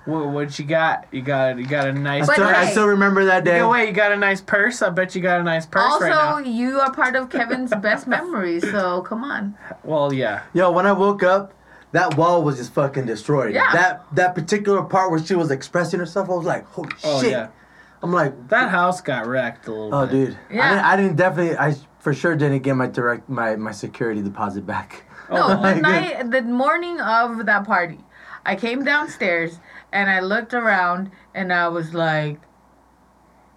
D: what, what you got? You got you got a nice
C: But
B: Still-
D: purse.
B: I
C: hey.
B: still remember that day.
D: No way, you got a nice purse. I bet you got a nice purse
C: also,
D: right now.
C: you are part of Kevin's best memories, so come on.
D: Well, yeah.
B: Yo, when I woke up, that wall was just fucking destroyed.
C: Yeah.
B: That that particular part where she was expressing herself, I was like, holy
D: Oh
B: shit.
D: yeah.
B: I'm like,
D: That house got wrecked a little
B: Oh,
D: bit.
B: dude.
C: Yeah.
B: I, didn't, I didn't definitely. I for sure didn't get my direct my my security deposit back.
C: No,
B: my
C: the night, the morning of that party, I came downstairs and I looked around and I was like,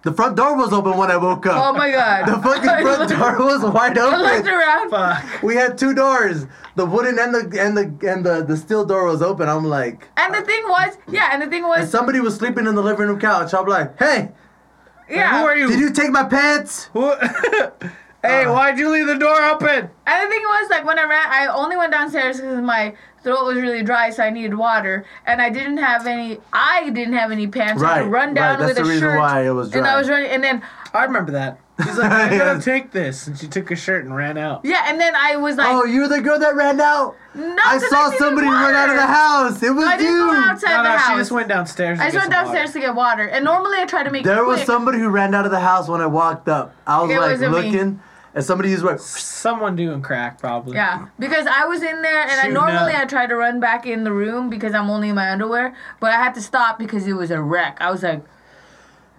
B: The front door was open when I woke
C: "Oh
B: up.
C: my god!"
B: the fucking front door was wide
C: I looked
B: open.
C: around.
D: Fuck.
B: We had two doors. The wooden and the and the and the the steel door was open. I'm like,
C: And the thing was, yeah, and the thing
B: and
C: was,
B: somebody was sleeping in the living room couch. I'm like, hey,
C: yeah.
D: Who are you?
B: did you take my pants?
D: Who- hey, why'd you leave the door open?
C: And the thing was, like, when I ran, I only went downstairs because my throat was really dry, so I needed water, and I didn't have any. I didn't have any pants. I had to
B: Right,
C: run down
B: right, that's
C: with
B: the
C: a
B: reason
C: shirt,
B: why it was
C: and
B: dry.
C: I was running, and then
D: I remember that. He's like, I gotta
B: Yeah.
D: take this, and she took her shirt and ran out.
C: yeah, and then I was like,
B: Oh, you're the girl that ran out.
C: no,
B: I
C: 'cause
B: saw
C: needed
B: somebody run
C: water.
B: out of the house. It was
C: I didn't go
B: you.
C: outside
D: No,
C: the
D: no,
C: house.
D: she just went downstairs.
C: I just went downstairs to get water, and normally I try to make.
B: There
C: it
B: was
C: quick.
B: somebody who ran out of the house when I walked up. I was
C: It
B: like
C: wasn't me.
B: looking, and somebody just went.
D: Someone doing crack, probably.
C: Yeah, because I was in there, and I
D: Shooting
C: normally
D: up.
C: I try to run back in the room because I'm only in my underwear, but I had to stop because it was a wreck. I was like,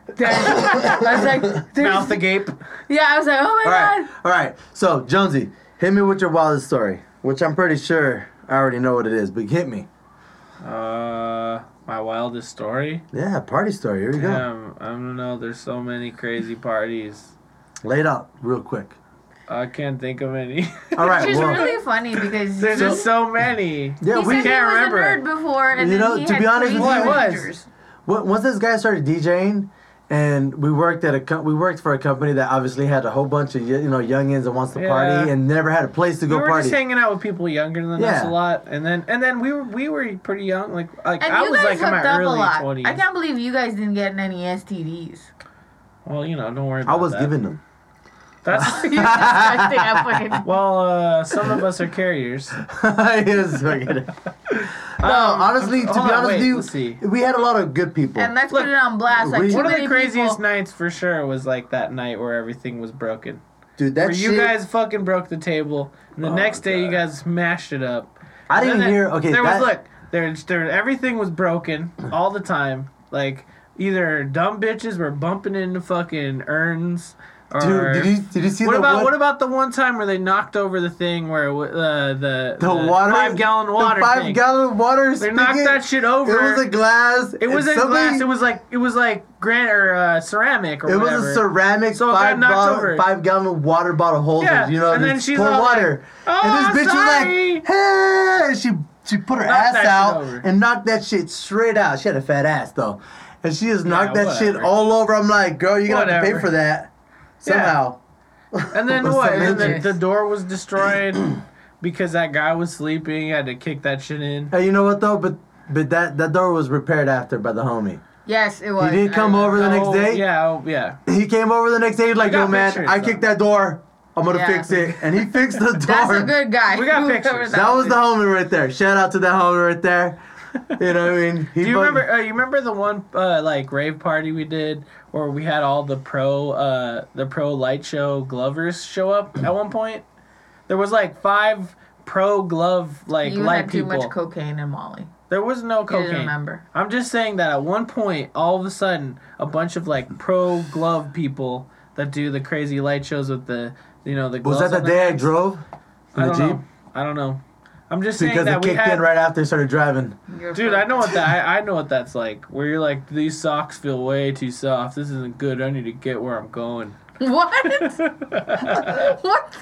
C: there's, I was like, there's,
D: Mouth agape.
C: yeah, I was like, oh my
B: All right,
C: god.
B: all right. So Jonesy, hit me with your wildest story, which I'm pretty sure I already know what it is, but hit me.
D: Uh, my wildest story.
B: Yeah, party story. Here we go.
D: Um, I don't know. There's so many crazy parties.
B: Lay it out real quick.
D: I can't think of any.
B: All right.
C: Which is
B: well,
C: really funny because
D: There's
C: he,
D: just so many.
B: yeah,
C: he
B: we
C: said he
D: can't
C: was
D: remember.
C: a nerd before, and
B: You
C: then
B: know,
C: he
B: to
C: had
B: be honest with
C: crazy
D: you, I was.
C: adventures.
B: w- once this guy started DJing, and we worked at a co- we worked for a company that obviously had a whole bunch of y- you know youngins that wants to party
D: Yeah.
B: and never had a place to
D: We
B: go
D: were
B: party.
D: just hanging out with people younger than us
B: Yeah.
D: a lot, and then and then we were we were pretty young. Like like
C: And
D: I
C: you
D: was
C: guys
D: like in
C: hooked
D: my
C: up a
D: early
C: lot. I
D: twenties.
C: can't believe you guys didn't get any STDs.
D: Well, you know, don't worry. About
B: I was
D: that.
B: giving them.
D: That's
C: You're disgusting. I fucking-
D: well, uh, some of us are carriers.
B: Yes, I get it. No, honestly, to be
D: Um, hold on,
B: honest
D: wait, let's
B: with
D: see.
B: you, we had a lot of good people.
C: and let's
D: Look,
C: put it on blast. Like
B: we-
C: too
D: One of
C: many
D: the craziest
C: people.
D: nights for sure was like that night where everything was broken.
B: Dude, that
D: Where
B: shit.
D: you guys fucking broke the table. And the
B: Oh,
D: next day, you
B: God.
D: guys smashed it up.
B: I
D: And
B: didn't
D: then
B: hear. Okay,
D: there
B: that,
D: was look. There's there everything was broken all the time. Like either dumb bitches were bumping into fucking urns. Or,
B: Dude, did you did you see
D: what
B: the
D: about
B: one-
D: what about the one time where they knocked over the thing where uh, the
B: the water
D: five gallon water
B: the five
D: thing?
B: gallon water
D: they knocked
B: spigot?
D: that shit over.
B: It was a glass.
D: It was
B: and
D: not glass.
B: somebody-
D: It was like it was like granite or uh, ceramic or
B: It
D: whatever.
B: was a ceramic
D: So it got
B: five,
D: knocked
B: bottle-
D: over.
B: five gallon water bottle holder.
D: Yeah,
B: You know,
D: and then
B: it's
D: she's
B: full
D: all like,
B: water.
D: "Oh,
B: and this bitch
D: sorry."
B: was like, hey, and she she put her
D: Knocked
B: ass
D: that shit
B: out
D: over.
B: and knocked that shit straight out. She had a fat ass though, and she just knocked that shit
D: whatever.
B: all over. I'm like, girl, you're gonna have to
D: Whatever.
B: pay for that
D: Yeah.
B: somehow.
D: And then
B: It was
D: what? And then
C: outrageous.
D: the, the door was destroyed because that guy was sleeping. He had to kick that shit in.
B: Hey, you know what though? But but that that door was repaired after by the homie.
C: Yes, it was.
B: He did
C: I
B: come
C: remember.
B: over the next
D: Oh,
B: day.
D: Yeah, oh, yeah.
B: He came over the next day. He's like,
D: got
B: yo, man,
D: pictures,
B: I
D: though.
B: kicked that door. I'm gonna
C: Yeah.
B: fix it, and he fixed the door.
C: That's a good guy.
D: We got
C: Whoever
D: pictures.
B: That was the homie right there. Shout out to that homie right there. You know what I mean? He
D: Do you
B: fucking-
D: remember? Uh, you remember the one uh, like rave party we did where we had all the pro uh, the pro light show glovers show up at one point? There was like five pro glove like
C: You
D: light
C: had too
D: people.
C: much cocaine and Molly.
D: there was no
C: You
D: cocaine.
C: didn't remember.
D: I'm just saying that at one point, all of a sudden, a bunch of like pro glove people that do the crazy light shows with the you know the
B: Was that
D: gloves
B: the
D: on their
B: day I
D: hands.
B: drove in
D: I
B: the
D: don't
B: Jeep?
D: know. I don't know. I'm just saying
B: Because
D: that
B: it
D: we
B: kicked
D: had.
B: in right after I started driving.
C: You're
D: Dude,
C: fucked.
D: I know what that I, I know what that's like. Where you're like, these socks feel way too soft. This isn't good. I need to get where I'm going.
C: What? what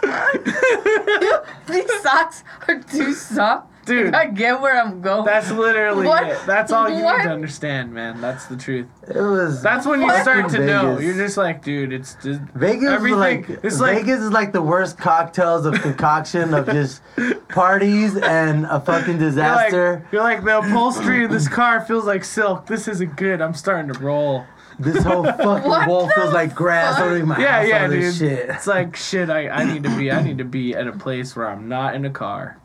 C: the fuck? These socks are too soft.
D: Dude.
C: I get where I'm going.
D: That's literally
C: What?
D: it. That's all you
C: What?
D: need to understand, man. That's the truth.
B: It was
D: That's when you
C: What?
D: start to know.
B: Vegas.
D: You're just like, dude, it's just
B: Vegas. is
D: everything.
B: Like,
D: it's like
B: Vegas is like the worst cocktails of concoction of just parties and a fucking
D: You're like-
B: disaster.
D: You're like, the upholstery in this car feels like silk. This isn't good. I'm starting to roll.
B: this whole fucking
C: What
B: wall feels like grass.
C: fuck?
B: I'm my
D: Yeah,
B: house
D: yeah,
B: all
D: dude.
B: this shit.
D: It's like shit. I, I need to be. I need to be at a place where I'm not in a car.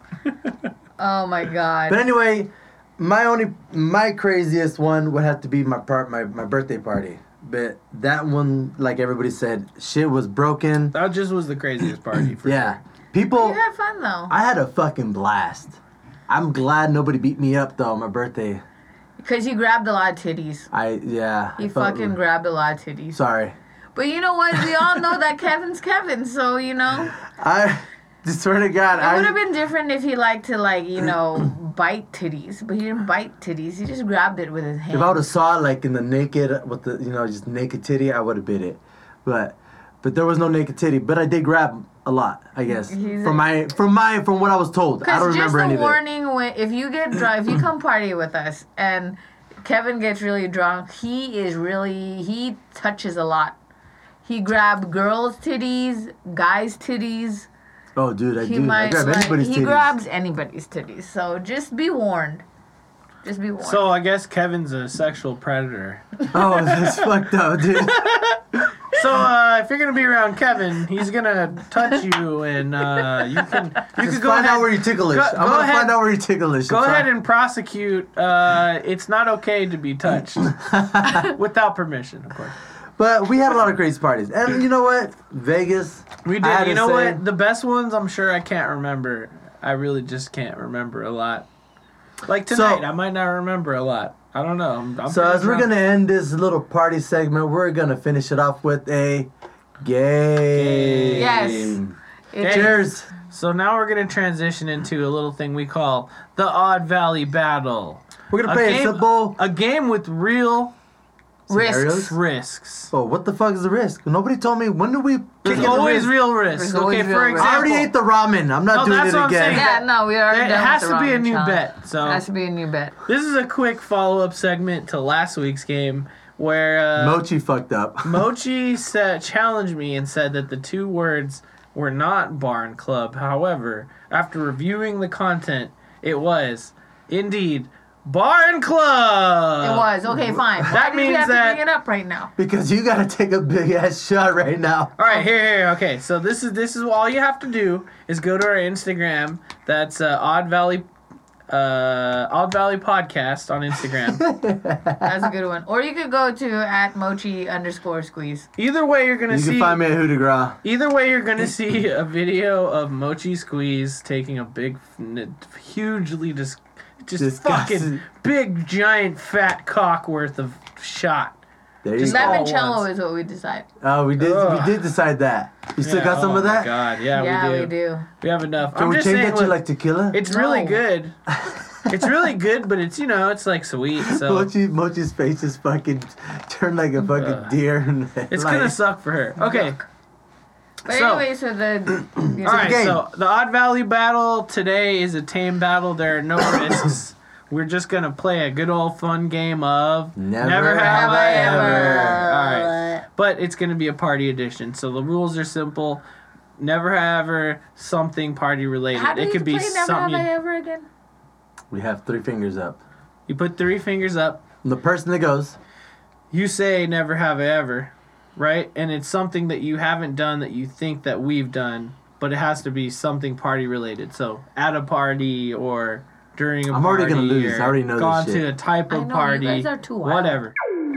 C: oh my god.
B: But anyway, my only my craziest one would have to be my part my, my birthday party. But that one, like everybody said, shit was broken.
D: That just was the craziest party. For
B: Yeah.
D: sure.
B: People
C: you had fun though.
B: I had a fucking blast. I'm glad nobody beat me up though on my birthday.
C: Because you grabbed a lot of titties.
B: I yeah. I
C: You
B: felt-
C: fucking grabbed a lot of titties.
B: sorry.
C: But you know what? We all know that Kevin's Kevin, so you know.
B: I swear to God,
C: It would have
B: I
C: been different if he liked to like, you know, bite titties, but he didn't bite titties. He just grabbed it with his hand.
B: if I would have saw it like in the naked with the you know just naked titty, I would have bit it. But but there was no naked titty. But I did grab a lot, I guess.
C: He's
B: From my from my from what I was told. I don't
C: Because just
B: remember
C: a
B: any of it.
C: warning: when, if you get drunk, if you come party with us, and Kevin gets really drunk, he is really he touches a lot. He grabbed girls' titties, guys' titties.
B: Oh, dude, I
C: He
B: do. I
C: might
B: grab
C: like,
B: anybody's
C: he
B: titties.
C: grabs anybody's titties. So just be warned. Just be warned.
D: So I guess Kevin's a sexual predator.
B: Oh, that's fucked up, dude.
D: So uh, if you're gonna be around Kevin, he's gonna touch you, and uh, you can you
B: Just
D: can go
B: find
D: ahead.
B: out where you're ticklish.
D: go-
B: I'm
D: go
B: gonna
D: ahead-
B: find out where you're ticklish.
D: Go ahead and prosecute. Uh, it's not okay to be touched without permission, of course.
B: But we had a lot of crazy parties, and you know what? Vegas.
D: We
B: I
D: did.
B: had
D: you
B: to
D: know
B: say-
D: what? The best ones, I'm sure I can't remember. I really just can't remember a lot. Like
B: So-
D: tonight, I might not remember a lot. I don't know. I'm, I'm
B: So
D: pretty
B: as we're
D: drunk.
B: gonna end this little party segment, we're gonna finish it off with a game.
C: Yes. It-
B: Cheers.
D: So now we're gonna transition into a little thing we call the Odd Valley Battle.
B: We're gonna play a, simple
D: a game with real
B: scenarios.
D: risks.
B: Oh, what the fuck is the risk? Nobody told me. When do we? kick in
D: There's
B: the
D: always
B: risk?
D: real risks.
C: There's always
D: Okay,
C: real
D: for
C: risks.
D: example,
B: I already ate the ramen. I'm not
D: No,
B: doing
D: that's
B: it
D: what I'm
B: again.
D: saying.
C: yeah, no, we already
D: it
C: done with
D: has
C: the
D: to be a
C: ramen
D: new
C: challenge.
D: bet. So
C: Has to be a new bet.
D: This is a quick follow up segment to last week's game where uh,
B: Mochi fucked up.
D: Mochi said, challenged me and said that the two words were not Barn Club. However, after reviewing the content, it was indeed Bar and club.
C: it was okay. Fine. Why
D: Uh, that
C: did you
D: means
C: have
D: that-
C: to bring it up right now.
B: Because you gotta take a big ass shot right now.
D: All right, here, here. Okay, so this is this is all you have to do is go to our Instagram. That's uh, Odd Valley, uh, Odd Valley Podcast on Instagram.
C: That's a good one. Or you could go to at mochi underscore squeeze.
D: either way, you're gonna
B: You
D: see.
B: can find me at Hoot de Gras.
D: Either way, you're gonna see a video of Mochi Squeeze taking a big, n- hugely dis- just
B: Disgusting.
D: fucking big giant fat cock worth of shot.
B: There you
D: Just
B: go.
D: that-
C: Lemoncello
D: ones.
C: is what we decide.
B: Oh, we did.
D: Ugh.
B: We did decide that. You still
D: Yeah,
B: got some
D: oh
B: of
D: my
B: that?
D: God, yeah,
C: yeah,
D: we do.
C: we do.
D: We have enough.
B: Can
D: I'm
B: we
D: just
B: change
D: saying,
B: that to
D: look,
B: like tequila?
D: It's really
C: No.
D: good. it's really good, but it's you know, it's like sweet. So
B: Mochi, Mochi's face is fucking turned like a fucking
D: Ugh.
B: deer. in the
D: it's
B: headlight.
D: gonna suck for her. Okay.
C: But
D: So-
C: anyway, so the you know,
D: All right.
B: game.
D: So the Odd Valley battle today is a tame battle. There are no risks. We're just gonna play a good old fun game of
B: Never
D: have,
B: have
D: I
B: I
D: ever.
C: ever.
D: All right. But it's gonna be a party edition, so the rules are simple. Never have ever something party related.
C: how do
D: it
C: you
D: could be
C: play Never Have
D: something.
C: I
D: You,
C: Ever Again?
B: We have three fingers up.
D: you put three fingers up.
B: And the person that goes,
D: you say never have I ever, right? And it's something that you haven't done that you think that we've done, but it has to be something party related. So at a party or during a
B: I'm
D: party.
B: already gonna lose.
D: or
B: I already know this
D: Gone
B: shit.
D: to a type
C: I
D: of
C: know, you
D: party.
C: guys are too wild.
D: Whatever.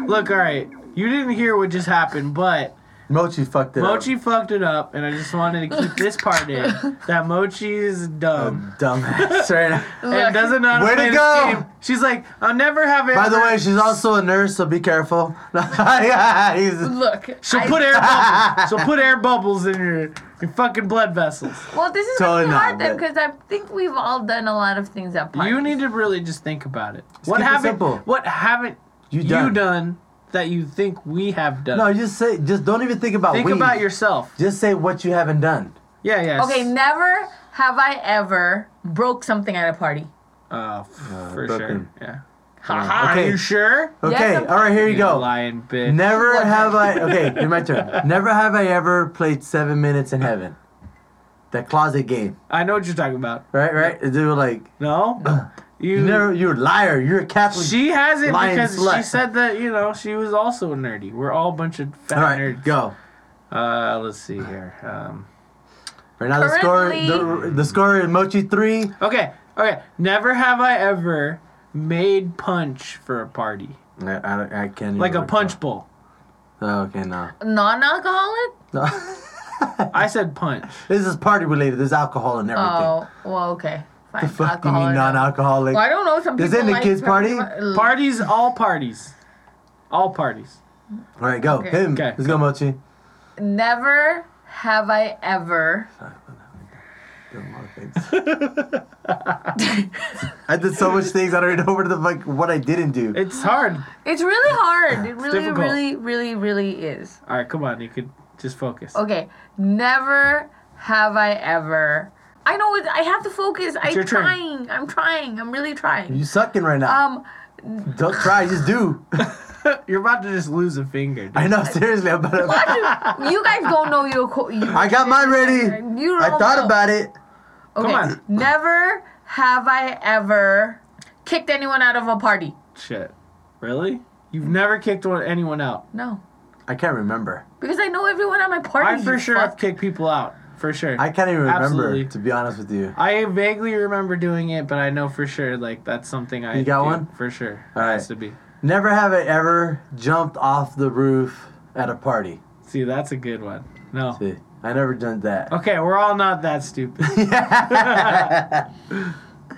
D: Look, all right. You didn't hear what just happened, but
B: Mochi fucked it
D: Mochi
B: up.
D: fucked it up, and I just wanted to keep this part in. That Mochi is dumb
B: Dumbass. right now.
D: and doesn't know how to
B: Way to
D: play this
B: go!
D: game. She's like, I'll never have it.
B: By the way, she's also a nurse, so be careful. He's-
C: Look,
D: She'll
C: I-
D: put air bubbles. She'll put air bubbles in your, your fucking blood vessels.
C: Well, this is
B: Totally
C: really
B: not,
C: hard then
B: but-
C: because I think we've all done a lot of things at parties.
D: You need to really just think about it. what
B: keep it
D: haven't
B: simple.
D: what haven't
B: You
D: you done.
B: done.
D: that you think we have done?
B: no, just say, just don't even think about
D: think
B: we.
D: about yourself.
B: Just say what you haven't done.
D: Yeah, yeah.
C: Okay, never have I ever broke something at a party.
D: Uh, f- for
B: broken.
D: sure. Yeah. Haha,
B: Okay.
D: Are you sure?
B: Okay,
C: Yes, I'm-
B: all right, here you go.
D: lying bitch.
B: Never
C: What?
B: have I. Okay, it's my turn. Never have I ever played Seven Minutes in Heaven. That closet game,
D: I know what you're talking about.
B: right? Right? They were like,
D: No, you.
B: you never, you're a liar. You're a Catholic.
D: She has it
B: Lying
D: because she
B: slut.
D: said that you know she was also nerdy. We're all a bunch of fat
B: all right,
D: nerds.
B: go.
D: Uh, let's see here. Um,
B: Right now, the score, the,
C: Currently-
B: the score is Mochi three.
D: okay, okay. Never have I ever made punch for a party,
B: I, I, I can't.
D: like a
B: even
D: punch bowl.
B: Oh, okay, no.
C: Non-alcoholic?
B: No.
D: I said punch.
B: this is party related. There's alcohol and everything.
C: Oh, well, okay, fine.
B: the fuck do you
C: Alcohol
B: mean
C: or not.
B: non-alcoholic?
C: Well, I don't know. Some
B: This
C: people
B: ain't a
C: like
B: kid's party.
C: Party.
D: Parties, all parties, all parties.
B: All right, go.
C: Okay.
B: Him.
D: Okay.
B: Let's go, Mochi.
C: Never have I ever.
B: I did so much things. I don't even know what the fuck what I didn't do.
D: It's hard.
C: It's really hard. It really,
D: difficult.
C: really, really, really is.
D: All right, come on. You could just focus.
C: Okay, never have I ever. I know it, I have to focus. I'm
D: your turn.
C: trying. I'm trying. I'm really trying.
B: you sucking right now.
C: Um,
B: don't try. Just do.
D: You're about to just lose a finger. Dude.
B: I know. Seriously, I'm about to.
C: you guys don't know your. Co- you,
B: I got mine ready.
C: You
B: I
C: don't
B: thought
C: know.
B: about it.
C: Okay.
D: on.
C: Never have I ever kicked anyone out of a party.
D: Shit. Really? You've never kicked one, anyone out.
C: No.
B: I can't remember.
C: Because I know everyone at my party.
D: I for
C: you
D: sure
C: fuck.
D: have kicked people out. For sure.
B: I can't even remember.
D: Absolutely.
B: To be honest with you.
D: I vaguely remember doing it, but I know for sure like that's something I
B: You got
D: do,
B: one?
D: for sure.
B: All right.
D: Has to be.
B: Never have I ever jumped off the roof at a party.
D: See, that's a good one. No.
B: See, I never done that.
D: Okay, we're all not that stupid.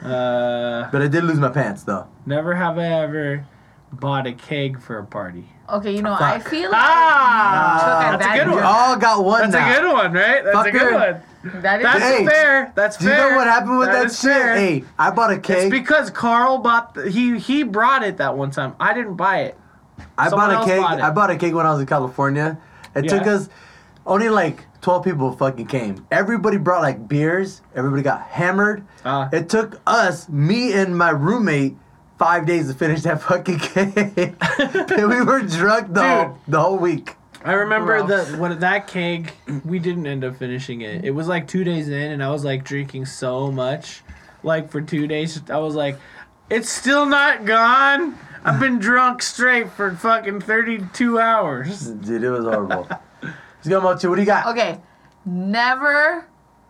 D: uh,
B: But I did lose my pants though.
D: never have I ever bought a keg for a party.
C: Okay, you know, I
B: Fuck.
C: feel like
D: Ah,
C: Took
D: that's a
C: advantage.
D: good
B: We
D: one.
B: all got one
D: that's
B: now.
D: a good one, right? That's a good
B: Fucker.
D: one.
C: that is
D: That's
B: Hey,
D: fair. That's
B: Do you
D: fair.
B: know what happened with that,
D: is
B: shit?
D: fair.
B: Hey, I bought a
D: It's
B: cake.
D: because Carl bought the, he he brought it that one time. I didn't buy it.
B: I
D: someone
B: bought a
D: else
B: cake.
D: bought it.
B: I bought a cake when I was in California. It
D: Yeah.
B: took us only like twelve people fucking came. Everybody brought like beers. Everybody got hammered.
D: Ah.
B: It took us, me and my roommate, five days to finish that fucking cake. and we were drunk the whole, the whole week.
D: I remember
C: Gross.
D: the what that keg. We didn't end up finishing it. It was like two days in, and I was like drinking so much, like for two days. I was like, It's still not gone. I've been drunk straight for fucking 32 hours.
B: Dude, it was horrible. Let's go, Mochi. What do you got?
C: Okay. Never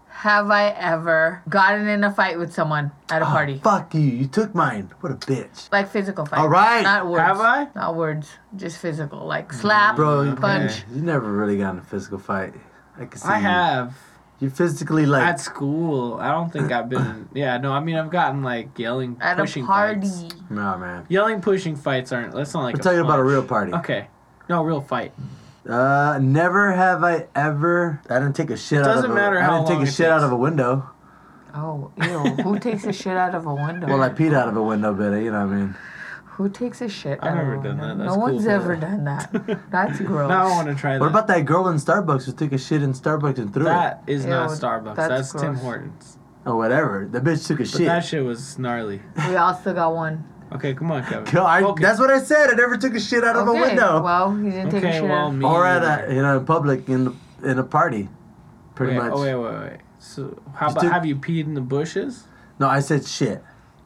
C: have I ever gotten in a fight with someone at a
D: Ah,
C: party.
B: Fuck you. You took mine. What a bitch.
C: Like physical fight.
B: All right.
C: Not words.
D: Have I?
C: Not words. Just physical. Like slap,
B: Bro, you-
C: punch.
B: You never really got in a physical fight. I can see.
D: I
B: you.
D: have.
B: You're physically like.
D: At school, I don't think I've been. Yeah, no, I mean, I've gotten like yelling,
C: At
D: pushing
C: a party.
D: fights.
B: no, man.
D: Yelling, pushing fights aren't. That's not like.
B: I'm
D: a
B: talking about a
D: punch.
B: real party.
D: Okay. No, real fight.
B: Uh, never have I ever. I didn't take a shit out of.
D: Doesn't
B: a-
D: matter
B: I
D: how
B: didn't take
D: long
B: a
D: it
B: shit out
D: takes.
B: of a window.
C: Oh, ew. Who takes a shit out of a window?
B: Well, I peed out of a window, but you know what I mean.
C: Who takes a shit
D: I've
C: out of a
D: never done
C: window?
D: that.
C: No
D: That's cool,
C: one's
D: but-
C: ever done that. That's gross.
D: Now I want to try that.
B: What about that girl in Starbucks who took a shit in Starbucks and threw
D: that? Is not
C: Ew,
D: Starbucks.
C: that's
D: That's, Tim
C: gross.
D: Hortons.
B: it? Or whatever. The bitch took a
D: But
B: shit.
D: that shit was gnarly.
C: We also got one.
D: Okay, come on, Kevin.
B: Yo, I-
D: Focus.
B: That's what I said. I never took a shit out of a
C: okay.
B: window.
C: Well, he didn't take a
D: okay.
C: shit
D: Well,
C: out.
D: me
B: or at
D: neither.
B: a you know in public in in a party, pretty
D: wait,
B: much.
D: Oh wait, wait, wait. So how
B: You
D: about
B: took-
D: have you peed in the bushes?
B: No, I said shit.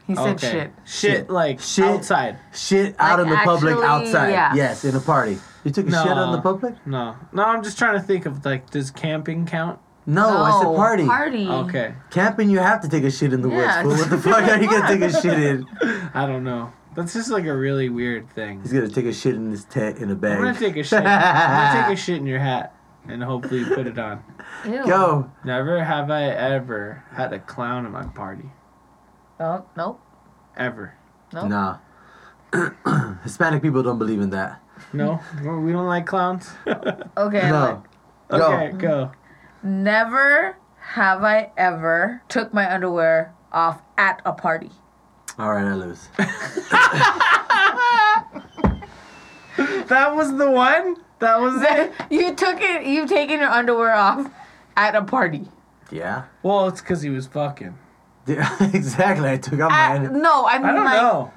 C: He said
D: okay.
C: shit.
D: Shit,
B: Shit.
D: like
B: Shit.
D: outside.
B: Shit out
C: Like,
B: in the public
C: actually,
B: outside.
C: yeah.
B: Yes, in a party. You took a
D: No.
B: shit out in the public?
D: No, no. I'm just trying to think of like, does camping count?
B: No,
D: Oh,
B: I said party.
C: Party.
D: Okay,
B: Camping, you have to take a shit in the
C: Yeah.
B: woods. But what the fuck are you gonna take a shit in?
D: I don't know. That's just like a really weird thing.
B: He's gonna take a shit in his tent in a bag.
D: I'm gonna take a shit. I'm gonna take a shit in your hat and hopefully you put it on.
C: Ew.
B: Go.
D: Never have I ever had a clown at my party.
C: Oh, nope.
D: Ever.
C: Nope.
B: Nah. Hispanic people don't believe in that.
D: No, we don't like clowns.
C: Okay.
B: no.
C: look.
B: Go.
D: Okay, go.
C: Never have I ever took my underwear off at a party.
B: All right, I lose.
D: That was the one. That was it.
C: you took it. You've taken your underwear off at a party.
B: Yeah.
D: Well, it's because he was fucking.
B: Yeah, exactly. I took out
D: Ah.
C: At,
B: mine.
C: no, I mean
D: I don't
C: like
D: know.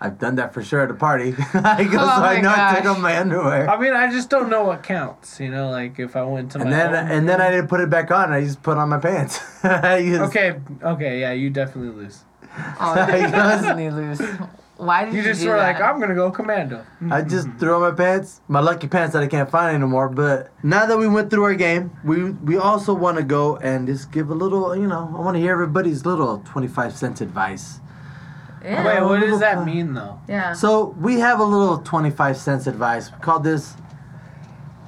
B: I've done that for sure at a party. I go, so
D: Oh
B: I
C: my
B: know I took
C: gosh.
B: off my underwear.
D: I mean, I just don't know what counts. You know, like if I went to my.
B: And then
D: own-
B: and then I didn't put it back on. I just put on my pants. I just-
D: okay, okay, yeah, you definitely lose.
C: Oh, that definitely lose. Why did you,
D: You just
C: do
D: were
C: that?
D: like, I'm gonna go commando.
B: I just threw on my pants, my lucky pants that I can't find anymore. But now that we went through our game, we we also want to go and just give a little. You know, I want to hear everybody's little twenty-five cents advice.
C: yeah.
D: Wait, what does that mean though?
C: yeah.
B: So we have a little twenty-five cents advice. We call this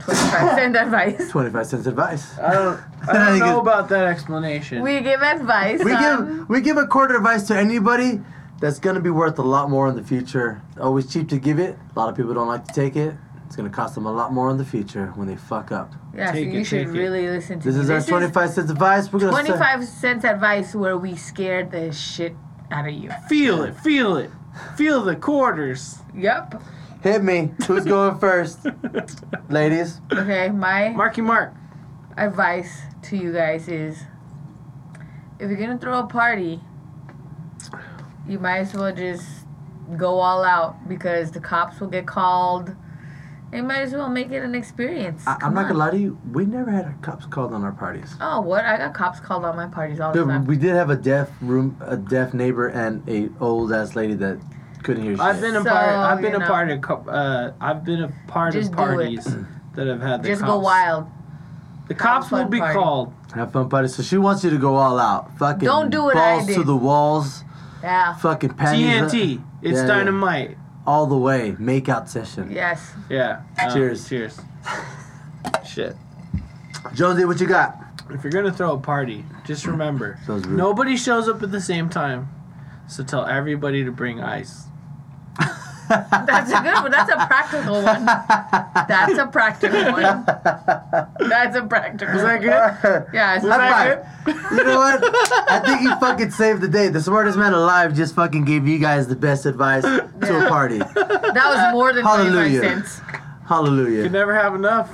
C: 25 cent advice.
B: twenty-five cents advice.
D: I don't. I
B: I
D: don't
B: think
D: know
B: it-
D: about that explanation.
C: We give advice. um,
B: We
C: on-
B: give we give a quarter advice to anybody that's gonna be worth a lot more in the future. Always cheap to give it. A lot of people don't like to take it. It's gonna cost them a lot more in the future when they fuck up.
C: Yeah, so
D: Take
C: you
D: it,
C: should
D: take it.
C: really listen to
B: This
C: me.
B: is our 25 cents advice. We're gonna start-
C: 25 cents advice where we scare the shit out of you.
D: feel it, feel it, feel the quarters.
C: Yep.
B: Hit me. Who's going first, ladies?
C: Okay, my
D: Marky Mark.
C: advice to you guys is if you're gonna throw a party, you might as well just go all out because the cops will get called. You might as well make it an experience.
B: I, I'm
C: Come
B: not
C: on.
B: gonna lie to you. We never had our cops called on our parties.
C: Oh, what? I got cops called on my parties all the
B: Dude,
C: time.
B: we did have a deaf room, a deaf neighbor, and a old ass lady that couldn't hear shit.
D: I've been a
C: So,
D: part. I've been
C: you
D: a
C: know.
D: part of. co- Uh, I've been a part
C: Just
D: of
C: do it.
D: parties that have had the
C: Just
D: cops.
C: go wild.
D: The cops
C: fun
D: will be
C: party.
D: called.
B: have fun party. So she wants you to go all out. Fucking
C: Don't do what I
B: balls to
C: did.
B: the walls.
C: Yeah.
B: Fucking panties.
D: TNT. It's
B: Yeah, yeah.
D: dynamite.
B: All the way. Make out session.
C: Yes.
D: Yeah. Uh,
B: Cheers.
D: Cheers. Shit.
B: Jonesy, what you got?
D: If you're gonna throw a party, just remember
B: Sounds rude.
D: nobody shows up at the same time. So tell everybody to bring ice.
C: That's a good one. That's a practical one. That's a practical one. That's a practical
D: Is
C: one.
D: that good?
C: Yeah, it's
B: High
C: practical.
B: five. You know what? I think you fucking saved the day. The smartest man alive just fucking gave you guys the best advice to a
C: Yeah.
B: party.
C: That was more than
B: Hallelujah.
C: 25 cents.
D: You
B: Hallelujah.
D: never have enough.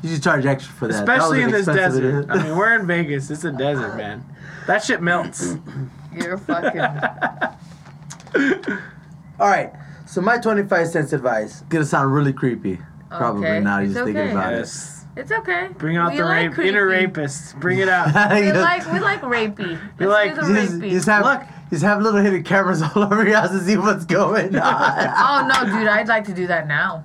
B: You should charge extra for that. That
D: Especially
B: was
D: in this
B: expensive.
D: desert. I mean, we're in Vegas. It's a desert, man. That shit melts.
C: You're fucking.
B: All right. So my 25 cents advice. Gonna sound really creepy. Probably
C: Okay,
B: now. You're
C: it's
B: just thinking
C: okay.
B: about it.
D: Yes.
C: It's okay.
D: Bring out
C: We
D: the
C: like
D: rape, inner
C: creepy.
D: rapists. Bring it out.
C: We like we like rapey. Let's
D: like-
C: do the
B: just,
C: rapey.
B: just have,
D: Look,
B: Just have little hidden cameras all over your house to see what's going on.
C: Oh no, dude! I'd like to do that now.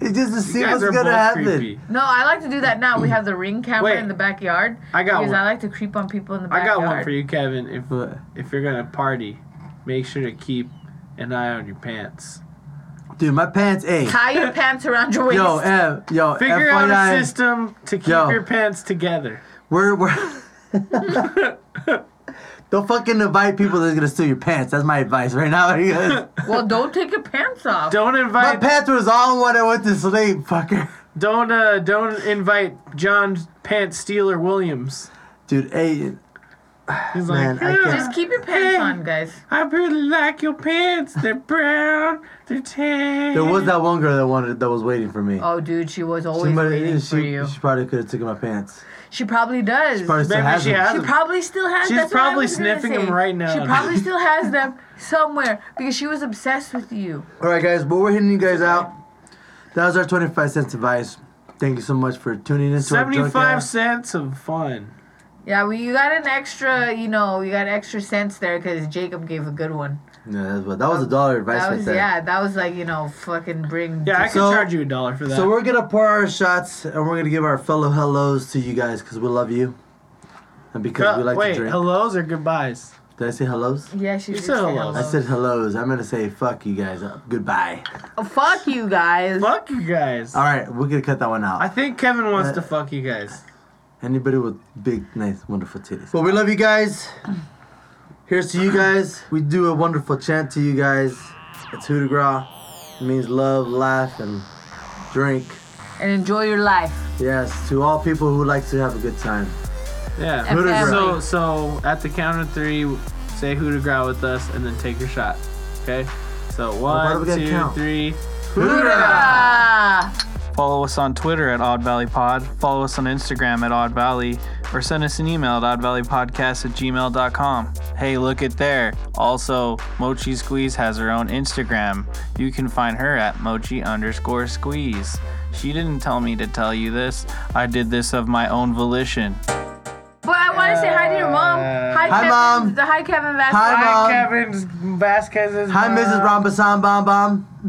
B: it's just to see
D: You guys
B: what's
D: are
B: gonna
D: both
B: happen.
D: creepy.
C: No, I like to do that now. We have the ring camera
D: Wait.
C: in the backyard.
D: I got
C: because
D: one.
C: I like to creep on people in the
D: I
C: backyard.
D: got one for you, Kevin. If
B: What?
D: if you're gonna party, make sure to keep an eye on your pants.
B: Dude, my pants ache.
C: Tie your pants around your waist.
B: Yo, F, yo,
D: Figure
B: FYI,
D: out a system to keep
B: Yo.
D: your pants together.
B: we're we're. Don't fucking invite people that's gonna steal your pants. That's my advice right now. you guys.
C: well, don't take your pants off.
D: Don't
B: my
D: invite
B: pants was on when I went to sleep, fucker.
D: don't uh, don't invite John Pants Stealer Williams.
B: Dude, hey,
D: He's
B: Man,
D: like,
B: I
D: "Yeah,
B: can't-
C: Just keep your pants
D: Hey.
C: on, guys.
D: I really like your pants. They're brown. They're tan.
B: there was that one girl that wanted that was waiting for me.
C: Oh, dude, she was always
B: might-
C: waiting
B: she,
C: for you.
B: she probably could have taken my pants.
C: She probably does.
B: Probably still
D: Maybe
B: has
D: she
B: them.
D: has
C: She
D: them.
C: probably still has.
D: She's
C: that's what I
D: probably
C: was gonna
D: sniffing
C: say.
D: 'em right now.
C: She probably still has them somewhere because she was obsessed with you.
B: All right, guys. Well, we're hitting you guys out. That was our twenty-five cents advice. Thank you so much for tuning in. to our drunk
D: seventy-five
B: ass.
D: cents of fun.
C: Yeah, well, you got an extra, you know, you got extra cents there because Jacob gave a good one.
B: No, that's what. That was a dollar advice
C: That
B: right
C: was
B: there.
C: yeah, that was like you know, fucking bring.
D: Yeah, I could
B: So-
D: charge you a dollar for that.
B: So we're gonna pour our shots and we're gonna give our fellow hellos to you guys because we love you and because
D: Uh,
B: we like
D: wait,
B: to drink.
D: hellos or goodbyes?
B: Did I say hellos?
C: yeah, she did
D: said
C: say
D: hello.
C: hello.
B: I said hellos. I'm gonna say fuck you guys. Uh, goodbye.
C: Oh, fuck you guys.
D: Fuck you guys.
B: All right, we're gonna cut that one out.
D: I think Kevin wants
B: Uh,
D: to fuck you guys.
B: Anybody with big, nice, wonderful titties. Well, we love you guys. Here's to you guys. We do a wonderful chant to you guys. It's Hoot de Gras. It means love, laugh, and drink.
C: And enjoy your life.
B: Yes, to all people who like to have a good time.
D: Yeah.
C: And
B: Hoot de
C: family.
D: So so at the count of three, say who to growl with us, and then take your shot. Okay. So
B: why do
D: one,
B: we gotta
D: two,
B: count?
D: three.
B: Hoot
C: Ah.
E: Follow us on Twitter at Odd Valley Pod. Follow us on Instagram at Odd Valley. Or send us an email at oddvalleypodcast at gmail.com. Hey, look at there. Also, Mochi Squeeze has her own Instagram. You can find her at mochi underscore squeeze. She didn't tell me to tell you this. I did this of my own volition.
C: But I want to say hi to your mom. Hi,
B: Hi,
C: Kevin.
B: Mom.
C: Hi, Kevin Vasquez.
B: Hi, Mom.
D: Kevin's Vasquez's.
B: Hi, Mrs. Rombasam Bomb Bomb.